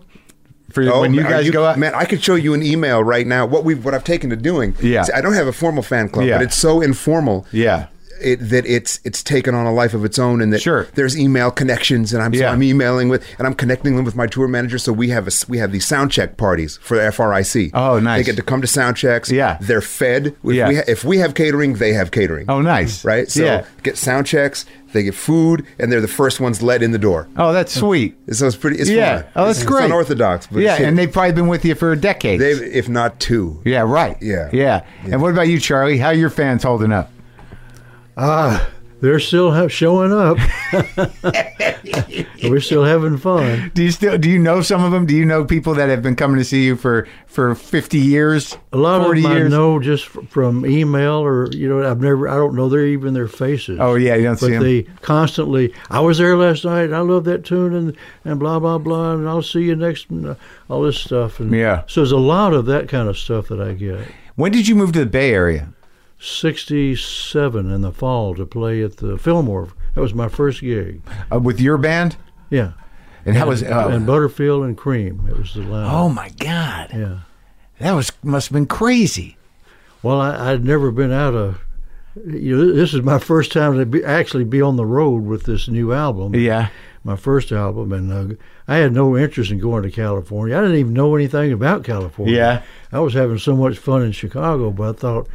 For Oh, when you are guys go out, man? I could show you an email right now. What we what I've taken to doing. Yeah. See, I don't have a formal fan club, Yeah. but it's so informal. Yeah. it, that it's it's taken on a life of its own, and that Sure. there's email connections, and I'm so Yeah. I'm emailing with, and I'm connecting them with my tour manager. So we have a s- we have these sound check parties for the FRIC. Oh, nice. They get to come to sound checks. Yeah. they're fed. If, Yeah. we, ha- if we have catering, they have catering. Oh, nice. Right. So Yeah. get sound checks. They get food, and they're the first ones let in the door. Oh, that's sweet. So it's pretty. It's yeah. fun. Oh, that's it's, great. It's unorthodox, but yeah, shit. and they've probably been with you for a decade. They've, if not two. Yeah. Right. Yeah. Yeah. And what about you, Charlie? How are your fans holding up? Ah, they're still ha- showing up. [laughs] We're still having fun. Do you still do you know some of them? Do you know people that have been coming to see you for for fifty years? A lot of 40 them years? I know just f- from email or you know I've never I don't know their even their faces. Oh yeah, you don't see But 'em. they constantly. I was there last night. and I love that tune and and blah blah blah. And I'll see you next. And uh, all this stuff. And Yeah. So there's a lot of that kind of stuff that I get. when did you move to the Bay Area? 67 in the fall to play at the Fillmore. That was my first gig. Uh, with your band? Yeah. And how was? Uh, and Butterfield and Cream. It was the lineup. oh my God, Yeah. that was must have been crazy. Well, I, I'd never been out of. You know, this is my first time to be, actually be on the road with this new album. Yeah. My first album, and uh, I had no interest in going to California. I didn't even know anything about California. Yeah. I was having so much fun in Chicago, but I thought,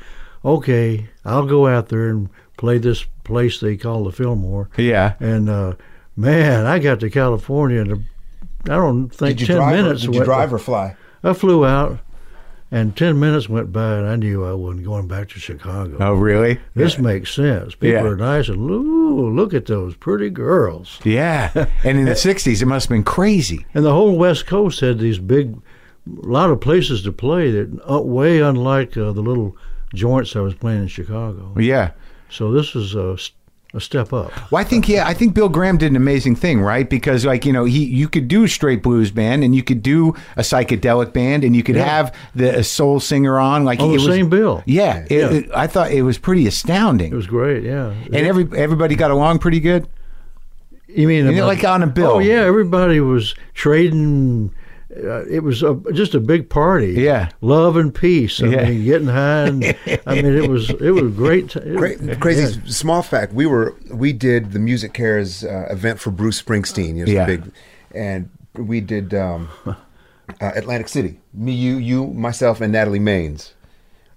okay, I'll go out there and play this place they call the Fillmore. Yeah. And uh, man, I got to California in, I don't think Did you ten drive? Or, minutes. did you went- drive or fly? I flew out, and ten minutes went by, and I knew I wasn't going back to Uh, Chicago. Oh, really? This makes sense. People Yeah. are nice, and ooh, look at those pretty girls. [laughs] Yeah. And in the 60s, it must have been crazy. And the whole West Coast had these big, lot of places to play that uh, way unlike uh, the little joints I was playing in Chicago. Yeah. So this is a, s- a step up. Well, I think yeah, I think Bill Graham did an amazing thing, right? Because like you know, he you could do a straight blues band, and you could do a psychedelic band, and you could have the a soul singer on. Like Oh, it the was- same bill. Yeah, it- Yeah. it- I thought it was pretty astounding, It was great, yeah. and every everybody got along pretty good. you mean you know, like on a bill. Oh yeah, everybody was trading. Uh, it was a, just a big party. Yeah. love and peace. I Yeah. mean, getting high. And, I mean, it was it was great. t- it- Cra- crazy s- small fact. We were we did the Music Cares uh, event for Bruce Springsteen. It was Yeah. yeah. big, and we did um, uh, Atlantic City. Me, you, you, myself, and Natalie Maines,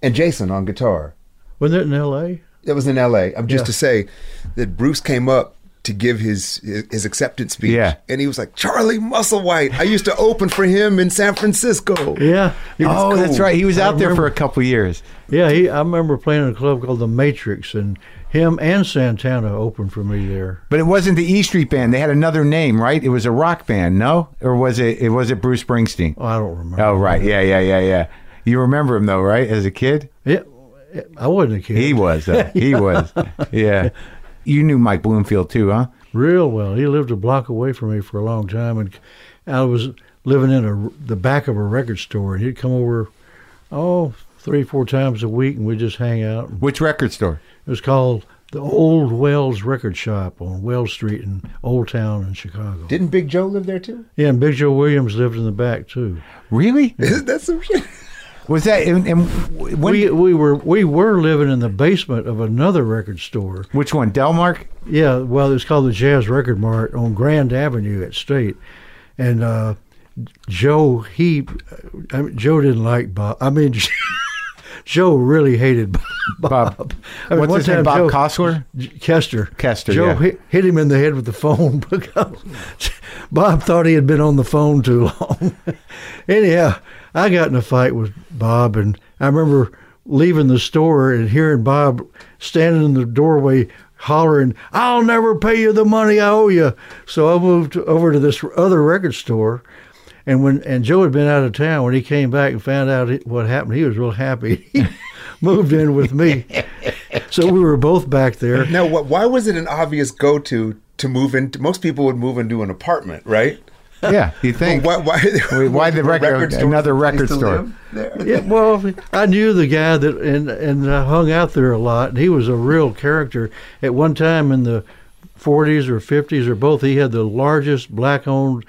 and Jason on guitar. Wasn't it in L.A.? That was in L.A. I'm just Yeah. to say that Bruce came up to give his his, his acceptance speech, Yeah. and he was like Charlie Musselwhite. I used to open for him in San Francisco. Yeah, It was Oh, that's cool. right. He was I out there for remember. a couple years. yeah. He, I remember playing in a club called the Matrix, and him and Santana opened for me there. But it wasn't the E Street Band. They had another name, right? It was a rock band, no? Or was it? It was it Bruce Springsteen? Oh, I don't remember. Oh, right. Yeah, yeah, yeah, yeah. You remember him though, right? As a kid. Yeah, I wasn't a kid. [laughs] He was. Though. He was. Yeah. You knew Mike Bloomfield too, huh? real well. He lived a block away from me for a long time, and I was living in a, the back of a record store, and he'd come over, oh, three, four times a week, and we'd just hang out. It Which record store? was called the Old Wells Record Shop on Wells Street in Old Town in Chicago. Didn't Big Joe live there too? [laughs] yeah, and Big Joe Williams lived in the back too. Really? that's some shit. Was that and, and when? we we were we were living in the basement of another record store. which one? Delmark? Yeah, well, it's called the Jazz Record Mart on Grand Avenue at State, and uh, Joe he, I mean, Joe didn't like Bob. I mean, [laughs] Joe really hated Bob. Bob. I mean, What's one his name? time Bob Joe- [laughs] Costler? Kester. Kester, Joe yeah. hit, hit him in the head with the phone [laughs] because Bob thought he had been on the phone too long. [laughs] Anyhow, I got in a fight with Bob, and I remember leaving the store and hearing Bob standing in the doorway hollering, I'll never pay you the money I owe you. So I moved over to this other record store. And when and Joe had been out of town, when he came back and found out it- what happened, he was real happy. [laughs] He moved in with me, so we were both back there. Now, wh- why was it an obvious go-to to move into? Most people would move into an apartment, right? Yeah, you think? Why? Why, [laughs] Wait, why [laughs] the record- store another place record to store? live there? yeah, well, I knew the guy that and and I hung out there a lot, and he was a real character. At one time in the 40s or 50s or both, he had the largest black-owned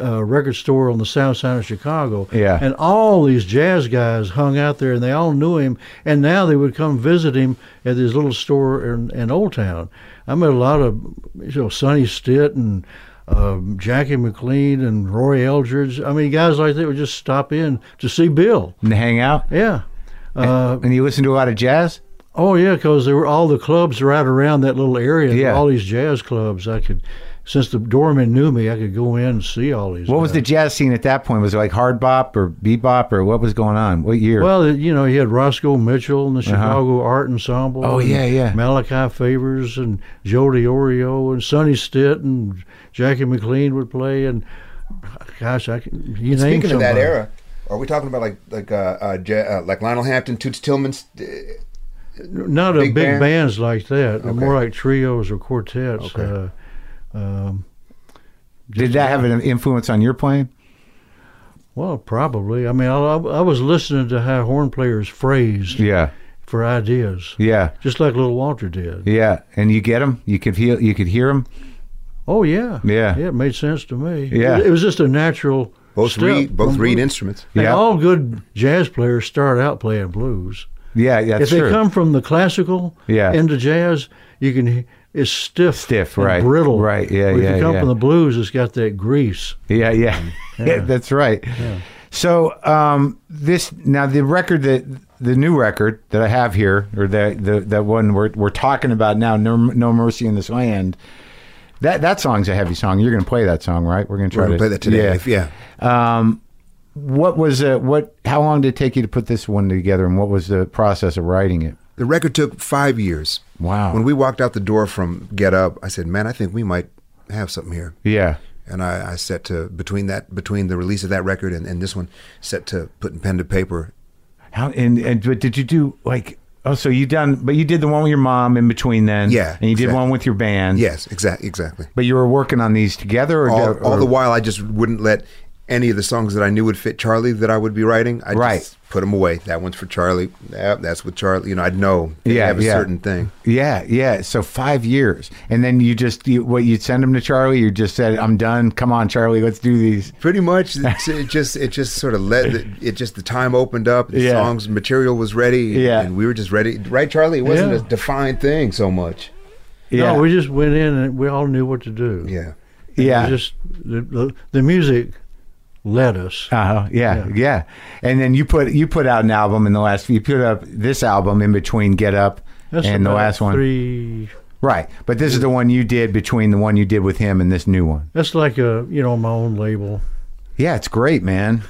uh, record store on the South Side of Chicago. Yeah. and all these jazz guys hung out there, and they all knew him. And now they would come visit him at his little store in, in Old Town. I met a lot of you know Sonny Stitt and. Um, Jackie McLean and Roy Eldridge. I mean, guys like that would just stop in to see Bill. And hang out? Yeah. Uh, And you listen to a lot of jazz? oh yeah, because there were all the clubs right around that little area. Yeah. All these jazz clubs. I could, since the doorman knew me, I could go in and see all these. What was the guys. jazz scene at that point? Was it like hard bop or bebop or what was going on? What year? Well, you know, he had Roscoe Mitchell and the Chicago Art Ensemble. Uh-huh. Oh, and yeah, yeah. Malachi Favors and Joe DiOrio and Sonny Stitt and Jackie McLean would play and. Gosh, I can, you name Speaking of that somebody. era, are we talking about like like uh, uh, ja- uh like Lionel Hampton, Toots Tillman? st- uh, not a Big big, band? bands like that. They're More Okay. like trios or quartets. Okay. Uh, um, Did that have an influence on your playing? Well, probably. I mean, I, I I was listening to how horn players phrased Yeah, for ideas, yeah, just like Little Walter did. yeah. And you get them? You could feel? You could hear them? Oh yeah, Yeah. yeah. It made sense to me. Yeah. it, it was just a natural. Both step read both from read blues. instruments. And Yeah. all good jazz players start out playing blues. Yeah, that's if they true. come from the classical Yeah. into jazz, you can he- it's stiff, Stiff, and right, brittle, right, yeah, But yeah, If you come yeah. [laughs] from the blues, it's got that grease. Yeah, yeah, that's right. So um, this now the record that the new record that I have here, or the, the that one we're we're talking about now, no, no mercy in this land. That that song's a heavy song. You're going to play that song, right? We're going to try We're gonna to play that today. Yeah. If- yeah. What was uh, what? How long did it take you to put this one together, and what was the process of writing it? The record took five years. Wow. When we walked out the door from Get Up, I said, "Man, I think we might have something here." Yeah. And I, I set to between that between the release of that record and, and this one, set to putting pen to paper. How and and but did you do like? Oh, so you done? But you did the one with your mom in between then. Yeah, And you did exactly. one with your band. Yes, exactly, exactly. But you were working on these together, or, All, all or- the while, I just wouldn't let any of the songs that I knew would fit Charlie that I would be writing. I Right. just put them away. That one's for Charlie. That, that's with Charlie. You know, I'd know. They Yeah, have a yeah. certain thing. Yeah, yeah. So five years, and then you just you, what you'd send them to Charlie. You just said, "I'm done. Come on, Charlie, let's do these." Pretty [laughs] much, it's- it just it just sort of let the, it just the time opened up. The Yeah. songs material was ready. Yeah. and we were just ready. Right, Charlie. It wasn't Yeah. a defined thing so much. Yeah, No, we just went in and we all knew what to do. Yeah, yeah. We just the, the, the music led us. uh-huh. yeah, yeah, Yeah. And then you put you put out an album in the last. You put up this album in between Get Up That's and the about last one, Three. right? But this is the one you did between the one you did with him and this new one. That's like a you know my own label. Yeah, it's great, man.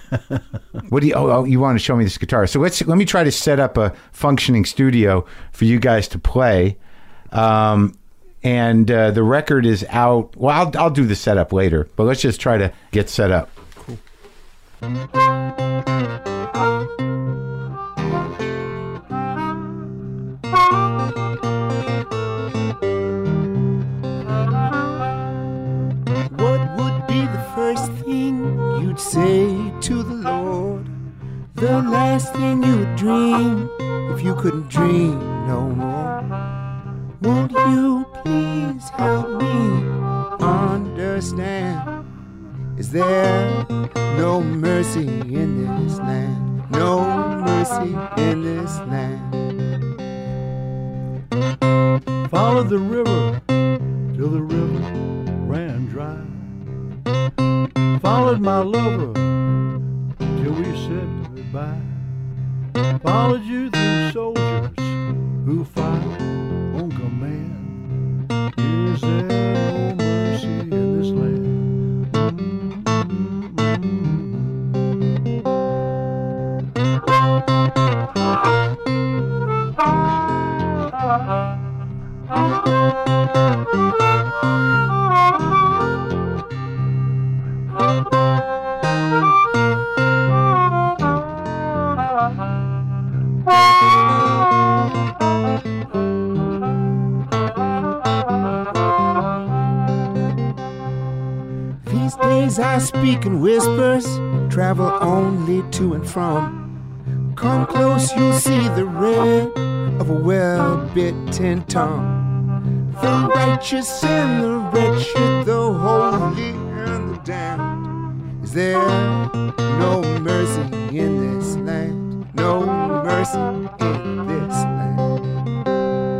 what do you? Oh, oh, you want to show me this guitar? So let's let me try to set up a functioning studio for you guys to play. Um, and uh, the record is out. Well, I'll I'll do the setup later, but let's just try to get set up. What would be the first thing you'd say to the Lord? The last thing you would dream if you couldn't dream no more. Won't you please help me understand? Is there no mercy in this land? No mercy in this land. Follow the river till the river ran dry. Followed my lover till we said goodbye. Followed you through soldiers who fight on command. Is there no mercy in this land? These days I speak in whispers, travel only to and from. Come close, you'll see the red of a well bitten tongue. The righteous and the wretched, the holy and the damned. Is there no mercy in this land? No mercy in this land.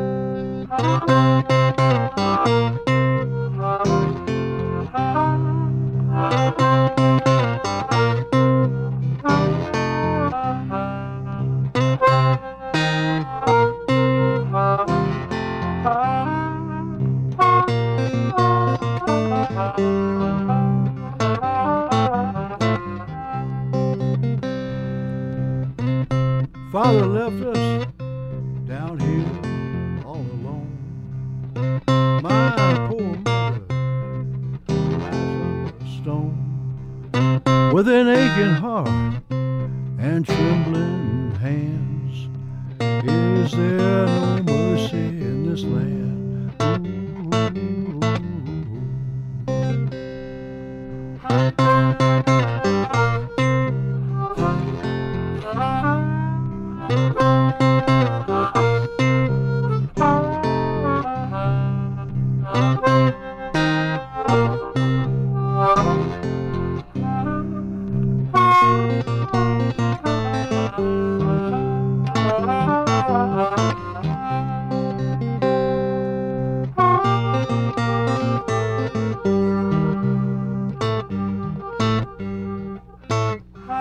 Father left us down here all alone. My poor mother lies under a stone with an aching heart and trembling hands. Is there no mercy in this land? Ooh.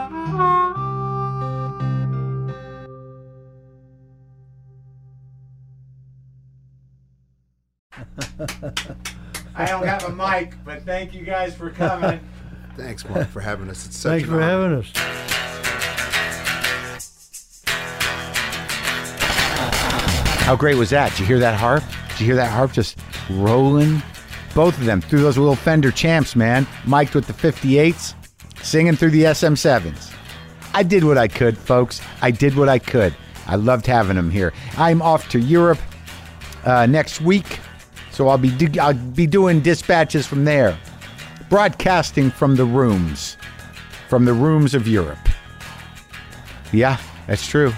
Thank I don't have a mic, but thank you guys for coming. Thanks, Mark, for having us. It's such an Thanks for honor. having us. How great was that? Did you hear that harp? Did you hear that harp just rolling? Both of them through those little Fender champs, man. Mic'd with the 58s, singing through the SM7s. I did what I could, folks. I did what I could. I loved having them here. I'm off to Europe uh, next week, so I'll be do- I'll be doing dispatches from there, broadcasting from the rooms, from the rooms of Europe. Yeah, that's true.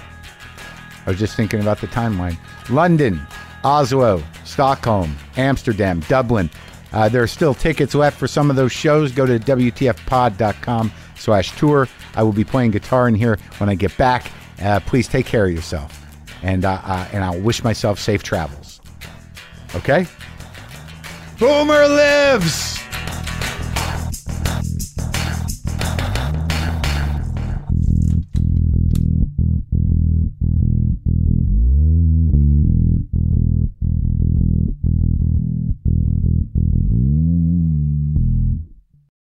I was just thinking about the timeline. London, Oslo, Stockholm, Amsterdam, Dublin. Uh, there are still tickets left for some of those shows. Go to WTFpod.com slash tour. I will be playing guitar in here when I get back. Uh, please take care of yourself. And, uh, uh, and I'll wish myself safe travels. Okay? Boomer lives!